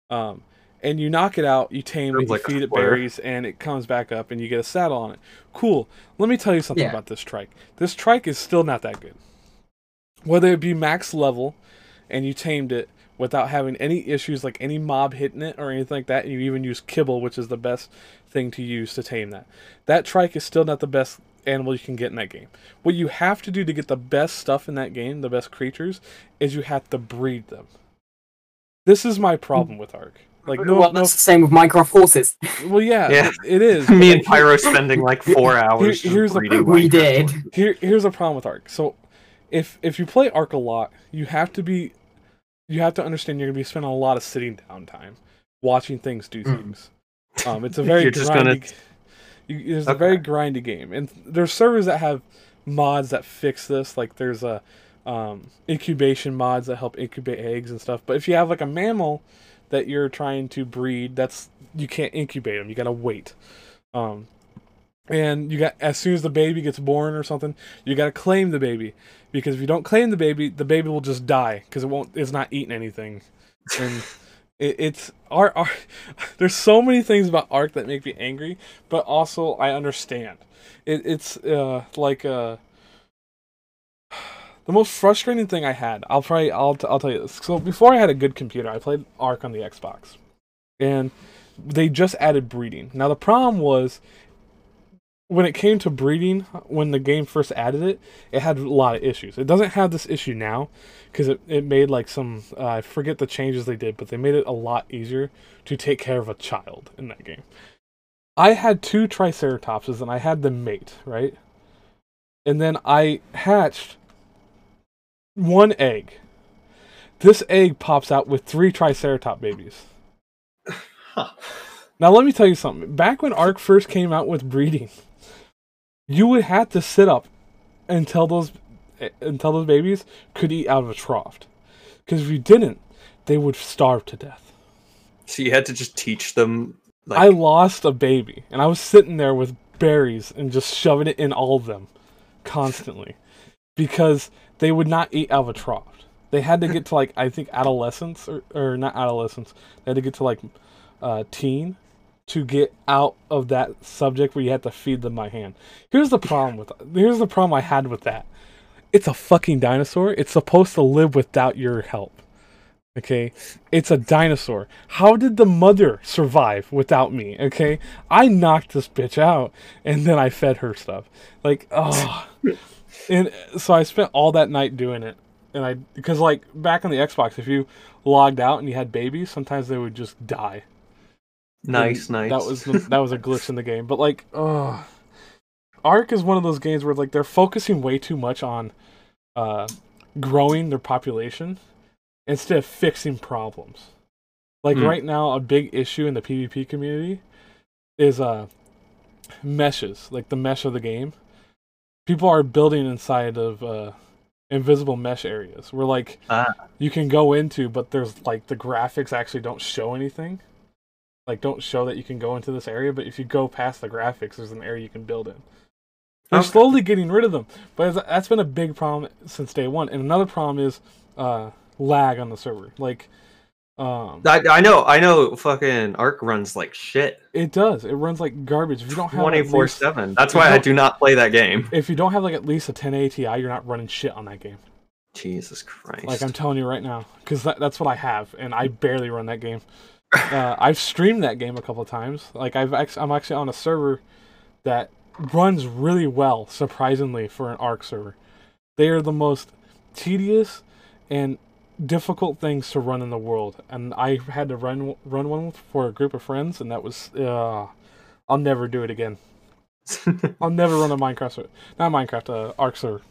S2: um, and you knock it out, you tame it,
S1: Sounds
S2: you
S1: like a
S2: feed it
S1: square.
S2: berries, and it comes back up and you get a saddle on it. Cool. Let me tell you something
S3: Yeah.
S2: about this trike. This trike is still not that good. whether it be max level and you tamed it without having any issues like any mob hitting it or anything like that and you even use kibble which is the best thing to use to tame that that trike is still not the best animal you can get in that game what you have to do to get the best stuff in that game the best creatures is you have to breed them this is my problem with arc like no,
S3: well,
S2: no
S3: that's the same with Minecraft horses.
S2: well yeah,
S1: Yeah.
S2: it- it is
S1: Me and
S2: but like, here-
S1: Pyro spending like four hours. just
S2: here's the
S1: breeding
S3: we
S1: Minecraft
S3: did.
S1: horses.
S2: here here's a problem with arc so if if you play arc a lot you have to be you have to understand you're gonna be spending a lot of sitting down time watching things do
S3: Mm.
S2: things um it's a very
S1: You're
S2: grindy,
S1: just gonna-
S2: you- it's a very
S1: Okay.
S2: grindy game and there's servers that have mods that fix this like there's a um, incubation mods that help incubate eggs and stuff but if you have like a mammal that you're trying to breed that's you can't incubate them you gotta wait um, and you got as soon as the baby gets born or something you got to claim the baby because if you don't claim the baby the baby will just die because it won't it's not eating anything and it, it's our, our there's so many things about arc that make me angry but also i understand it, it's uh like uh the most frustrating thing i had i'll probably I'll, t- I'll tell you this so before i had a good computer i played arc on the xbox and they just added breeding now the problem was when it came to breeding, when the game first added it, it had a lot of issues. It doesn't have this issue now because it, it made like some, uh, I forget the changes they did, but they made it a lot easier to take care of a child in that game. I had two Triceratopses and I had them mate, right? And then I hatched one egg. This egg pops out with three Triceratop babies.
S1: Huh.
S2: Now let me tell you something. Back when Ark first came out with breeding, you would have to sit up until those uh, until those babies could eat out of a trough. Because if you didn't, they would starve to death.
S1: So you had to just teach them. Like,
S2: I lost a baby, and I was sitting there with berries and just shoving it in all of them constantly because they would not eat out of a trough. They had to get to like I think adolescence or or not adolescence. They had to get to like uh, teen to get out of that subject where you had to feed them by hand. Here's the problem with here's the problem I had with that. It's a fucking dinosaur. It's supposed to live without your help. Okay? It's a dinosaur. How did the mother survive without me? Okay? I knocked this bitch out and then I fed her stuff. Like, oh. and so I spent all that night doing it. And I because like back on the Xbox, if you logged out and you had babies, sometimes they would just die.
S1: nice,
S2: And
S1: nice.
S2: That was the- that was a glitch in the game, but like, oh, Ark is one of those games where like they're focusing way too much on uh, growing their population instead of fixing problems. Like
S1: Hmm.
S2: right now, a big issue in the PvP community is uh meshes, like the mesh of the game. People are building inside of uh, invisible mesh areas where like
S1: Ah.
S2: you can go into, but there's like the graphics actually don't show anything like don't show that you can go into this area, but if you go past the graphics, there's an area you can build in. They're
S1: Okay.
S2: slowly getting rid of them, but it's- that's been a big problem since day one. And another problem is uh, lag on the server. Like, um,
S1: I, I know, I know. Fucking Ark runs like shit,
S2: it does. It runs like garbage. If you don't have at
S1: twenty four
S2: least-
S1: seven. That's
S2: you
S1: why I
S2: don't-
S1: do not play that game.
S2: if you don't have like at least a 10 ATI, you're not running shit on that game.
S1: Jesus Christ!
S2: Like I'm telling you right now, because that, that's what I have, and I barely run that game. Uh, I've streamed that game a couple of times. Like I've act- I'm actually on a server that runs really well, surprisingly for an Arc server. They are the most tedious and difficult things to run in the world, and I had to run run one for a group of friends, and that was uh, I'll never do it again. I'll never run a Minecraft server, not Minecraft, uh, Arc server.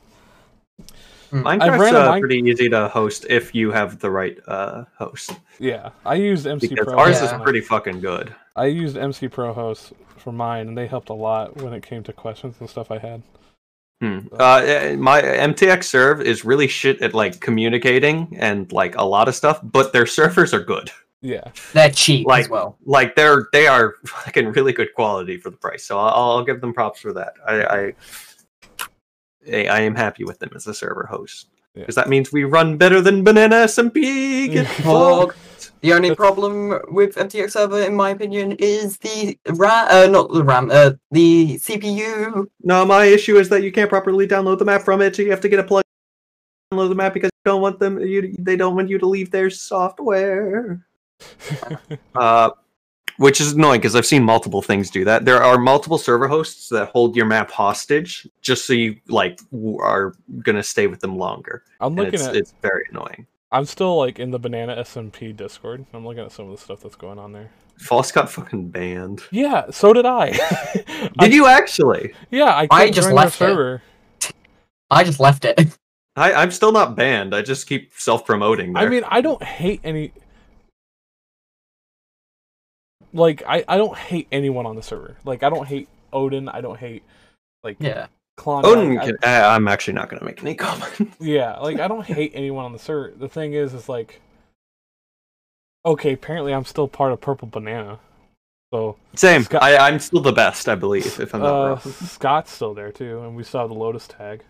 S2: I've
S1: Minecraft's
S2: ran a
S1: uh,
S2: Mine-
S1: pretty easy to host if you have the right uh, host.
S2: Yeah, I used MC
S1: Because
S2: Pro.
S1: ours
S2: as
S1: is
S2: my-
S1: pretty fucking good.
S2: I used MC Pro Host for mine, and they helped a lot when it came to questions and stuff I had.
S1: Hmm. Uh, eh, my MTX serve is really shit at like communicating and like a lot of stuff, but their servers are good.
S2: Yeah,
S3: They're cheap
S1: Like-
S3: as well.
S1: Like they're they are fucking really good quality for the price. So I'll, I'll give them props for that. I I, I I am happy with them as a server host
S2: Yeah.
S1: because that means we run better than Banana SMP. Get
S3: Well,
S1: fucked.
S3: The only
S2: That's-
S3: problem with MTX server, in my opinion, is the RAM. Uh, not the RAM. Uh, the CPU.
S1: No, my issue is that you can't properly download the map from it, so you have to get a plug. download the map because you don't want them. You, they don't want you to leave their software. Uh, which is annoying because I've seen multiple things do that. There are multiple server hosts that hold your map hostage just so you like w- are gonna stay with them longer.
S2: I'm
S1: And
S2: looking
S1: it's,
S2: at.
S1: it's very annoying.
S2: I'm still like in the Banana SMP Discord. I'm looking at some of the stuff that's going on there.
S1: False got fucking banned.
S2: Yeah, so did I. I
S1: Did you actually?
S2: yeah, I,
S3: I
S2: quit
S3: just
S2: joining their
S3: left it.
S2: server.
S3: I just left it.
S1: I, I'm still not banned. I just keep self promoting.
S2: I mean, I don't hate any. Like, I, I don't hate anyone on the server. Like, I don't hate Odin. I don't hate like
S3: yeah.
S2: Klondike.
S1: Odin.
S2: I-
S1: Can, Oh, I, I'm actually not gonna make any comment.
S2: Yeah, like I don't hate anyone on the server. The thing is, is like, okay, apparently I'm still part of Purple Banana, so
S1: Same.
S2: Scott-
S1: I, I'm still the best, I believe, if I'm not
S2: uh,
S1: wrong.
S2: Scott's still there too, and we still have the Lotus tag.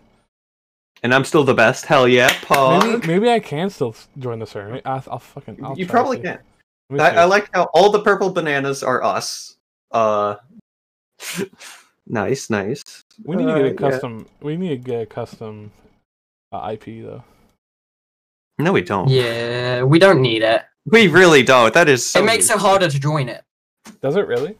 S1: And I'm still the best. Hell yeah, Paul.
S2: Maybe maybe I can still s- join the server. I, I'll fucking. I'll
S1: you
S2: try
S1: probably
S2: to.
S1: can.
S2: Let me
S1: I,
S2: see.
S1: I like how all the purple bananas are us. Uh, nice, nice.
S2: we need to get
S1: uh,
S2: a
S1: yeah.
S2: custom. We need to get a custom uh, IP though.
S1: No, we don't.
S3: Yeah, we don't need it.
S1: We really don't. That is. So
S3: it makes it
S1: useless.
S3: harder to join it.
S2: Does it really?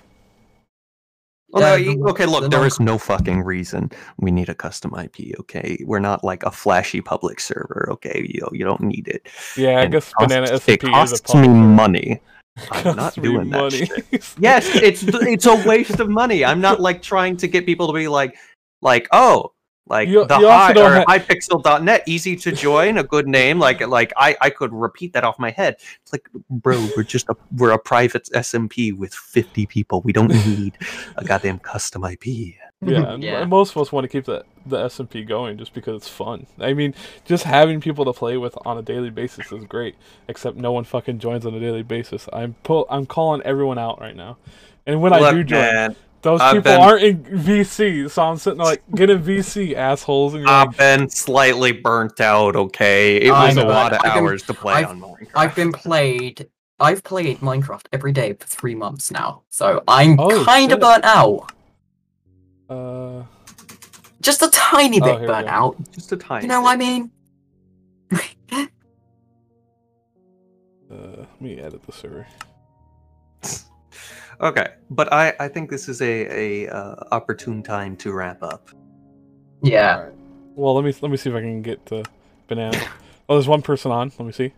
S1: Well, Oh, no,
S3: Yeah,
S1: you-
S3: the-
S1: okay,
S3: the
S1: look, there
S3: long-
S1: is no fucking reason we need a custom IP. Okay, we're not like a flashy public server. Okay, you you don't need it.
S2: Yeah, I
S1: And
S2: guess
S1: it costs-
S2: Banana
S1: It
S2: SMP is a
S1: costs me money. I'm not
S2: costs me
S1: doing that
S2: money.
S1: yes it's it's a waste of money i'm not like trying to get people to be like like oh like
S2: You-
S1: the
S2: you also
S1: high
S2: don't
S1: or
S2: ha-
S1: hypixel.net easy to join a good name like like i i could repeat that off my head it's like bro we're just a we're a private smp with 50 people we don't need a goddamn custom ip
S2: Yeah, and
S3: Yeah.
S2: m- most of us want to keep the the S and P going just because it's fun. I mean, just having people to play with on a daily basis is great. Except no one fucking joins on a daily basis. I'm pull, I'm calling everyone out right now, and when I do join,
S1: man
S2: those
S1: I've
S2: people
S1: been-
S2: aren't in VC. So I'm sitting there like, get in VC, assholes, and you're like,
S1: i've been slightly burnt out okay it
S3: I
S1: was a
S3: know.
S1: lot of
S3: I've been-
S1: hours to play
S3: I've-
S1: on minecraft
S3: I've been played. I've played Minecraft every day for three months now, so I'm
S2: Oh,
S3: kind
S2: shit.
S3: of burnt out.
S2: uh, oh,
S3: Just a tiny
S2: Oh,
S3: bit
S2: here we
S3: burnt
S2: go.
S3: out.
S1: just a tiny
S3: You know
S1: bit.
S3: what I mean?
S2: uh, let me edit the server.
S1: Okay, but I, I think this is a, a uh, opportune time to wrap up.
S3: Yeah.
S2: Well, let me let me see if I can get the banana. Oh, there's one person on. Let me see.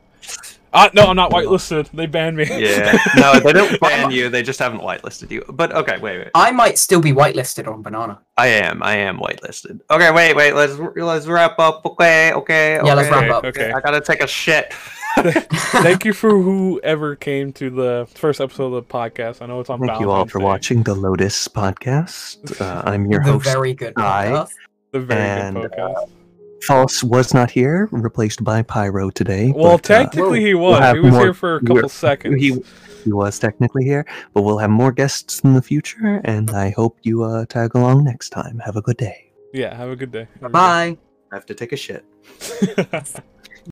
S2: Ah, no, I'm not whitelisted. They banned me.
S1: no, they don't ban you. They just haven't whitelisted you. But okay, wait, wait.
S3: I might still be whitelisted on Banana.
S1: I am, I am whitelisted. Okay, wait, wait. Let's let's wrap up. Okay, okay.
S3: Yeah, let's
S1: okay.
S3: wrap up.
S2: Okay.
S1: I gotta take a shit.
S2: Thank you for whoever came to the first episode of the podcast. I know it's on.
S1: Thank you all
S2: Valentine's
S1: for
S2: Day.
S1: watching the Lotus podcast. Uh, I'm your
S3: the
S1: host.
S3: very good
S1: I-
S3: podcast.
S2: The very
S1: And, uh,
S2: good podcast.
S1: False was not here, replaced by Pyro today.
S2: well,
S1: but, uh,
S2: technically
S3: we'll-
S2: he
S1: we'll
S2: was.
S1: have
S2: he was
S1: more-
S2: here for a
S1: we're-
S2: couple seconds.
S1: he he was technically here, but we'll have more guests in the future, and I hope you uh, tag along next time. Have a good day.
S2: yeah. Have a good day.
S3: Bye.
S1: I have to take a shit.
S2: everybody.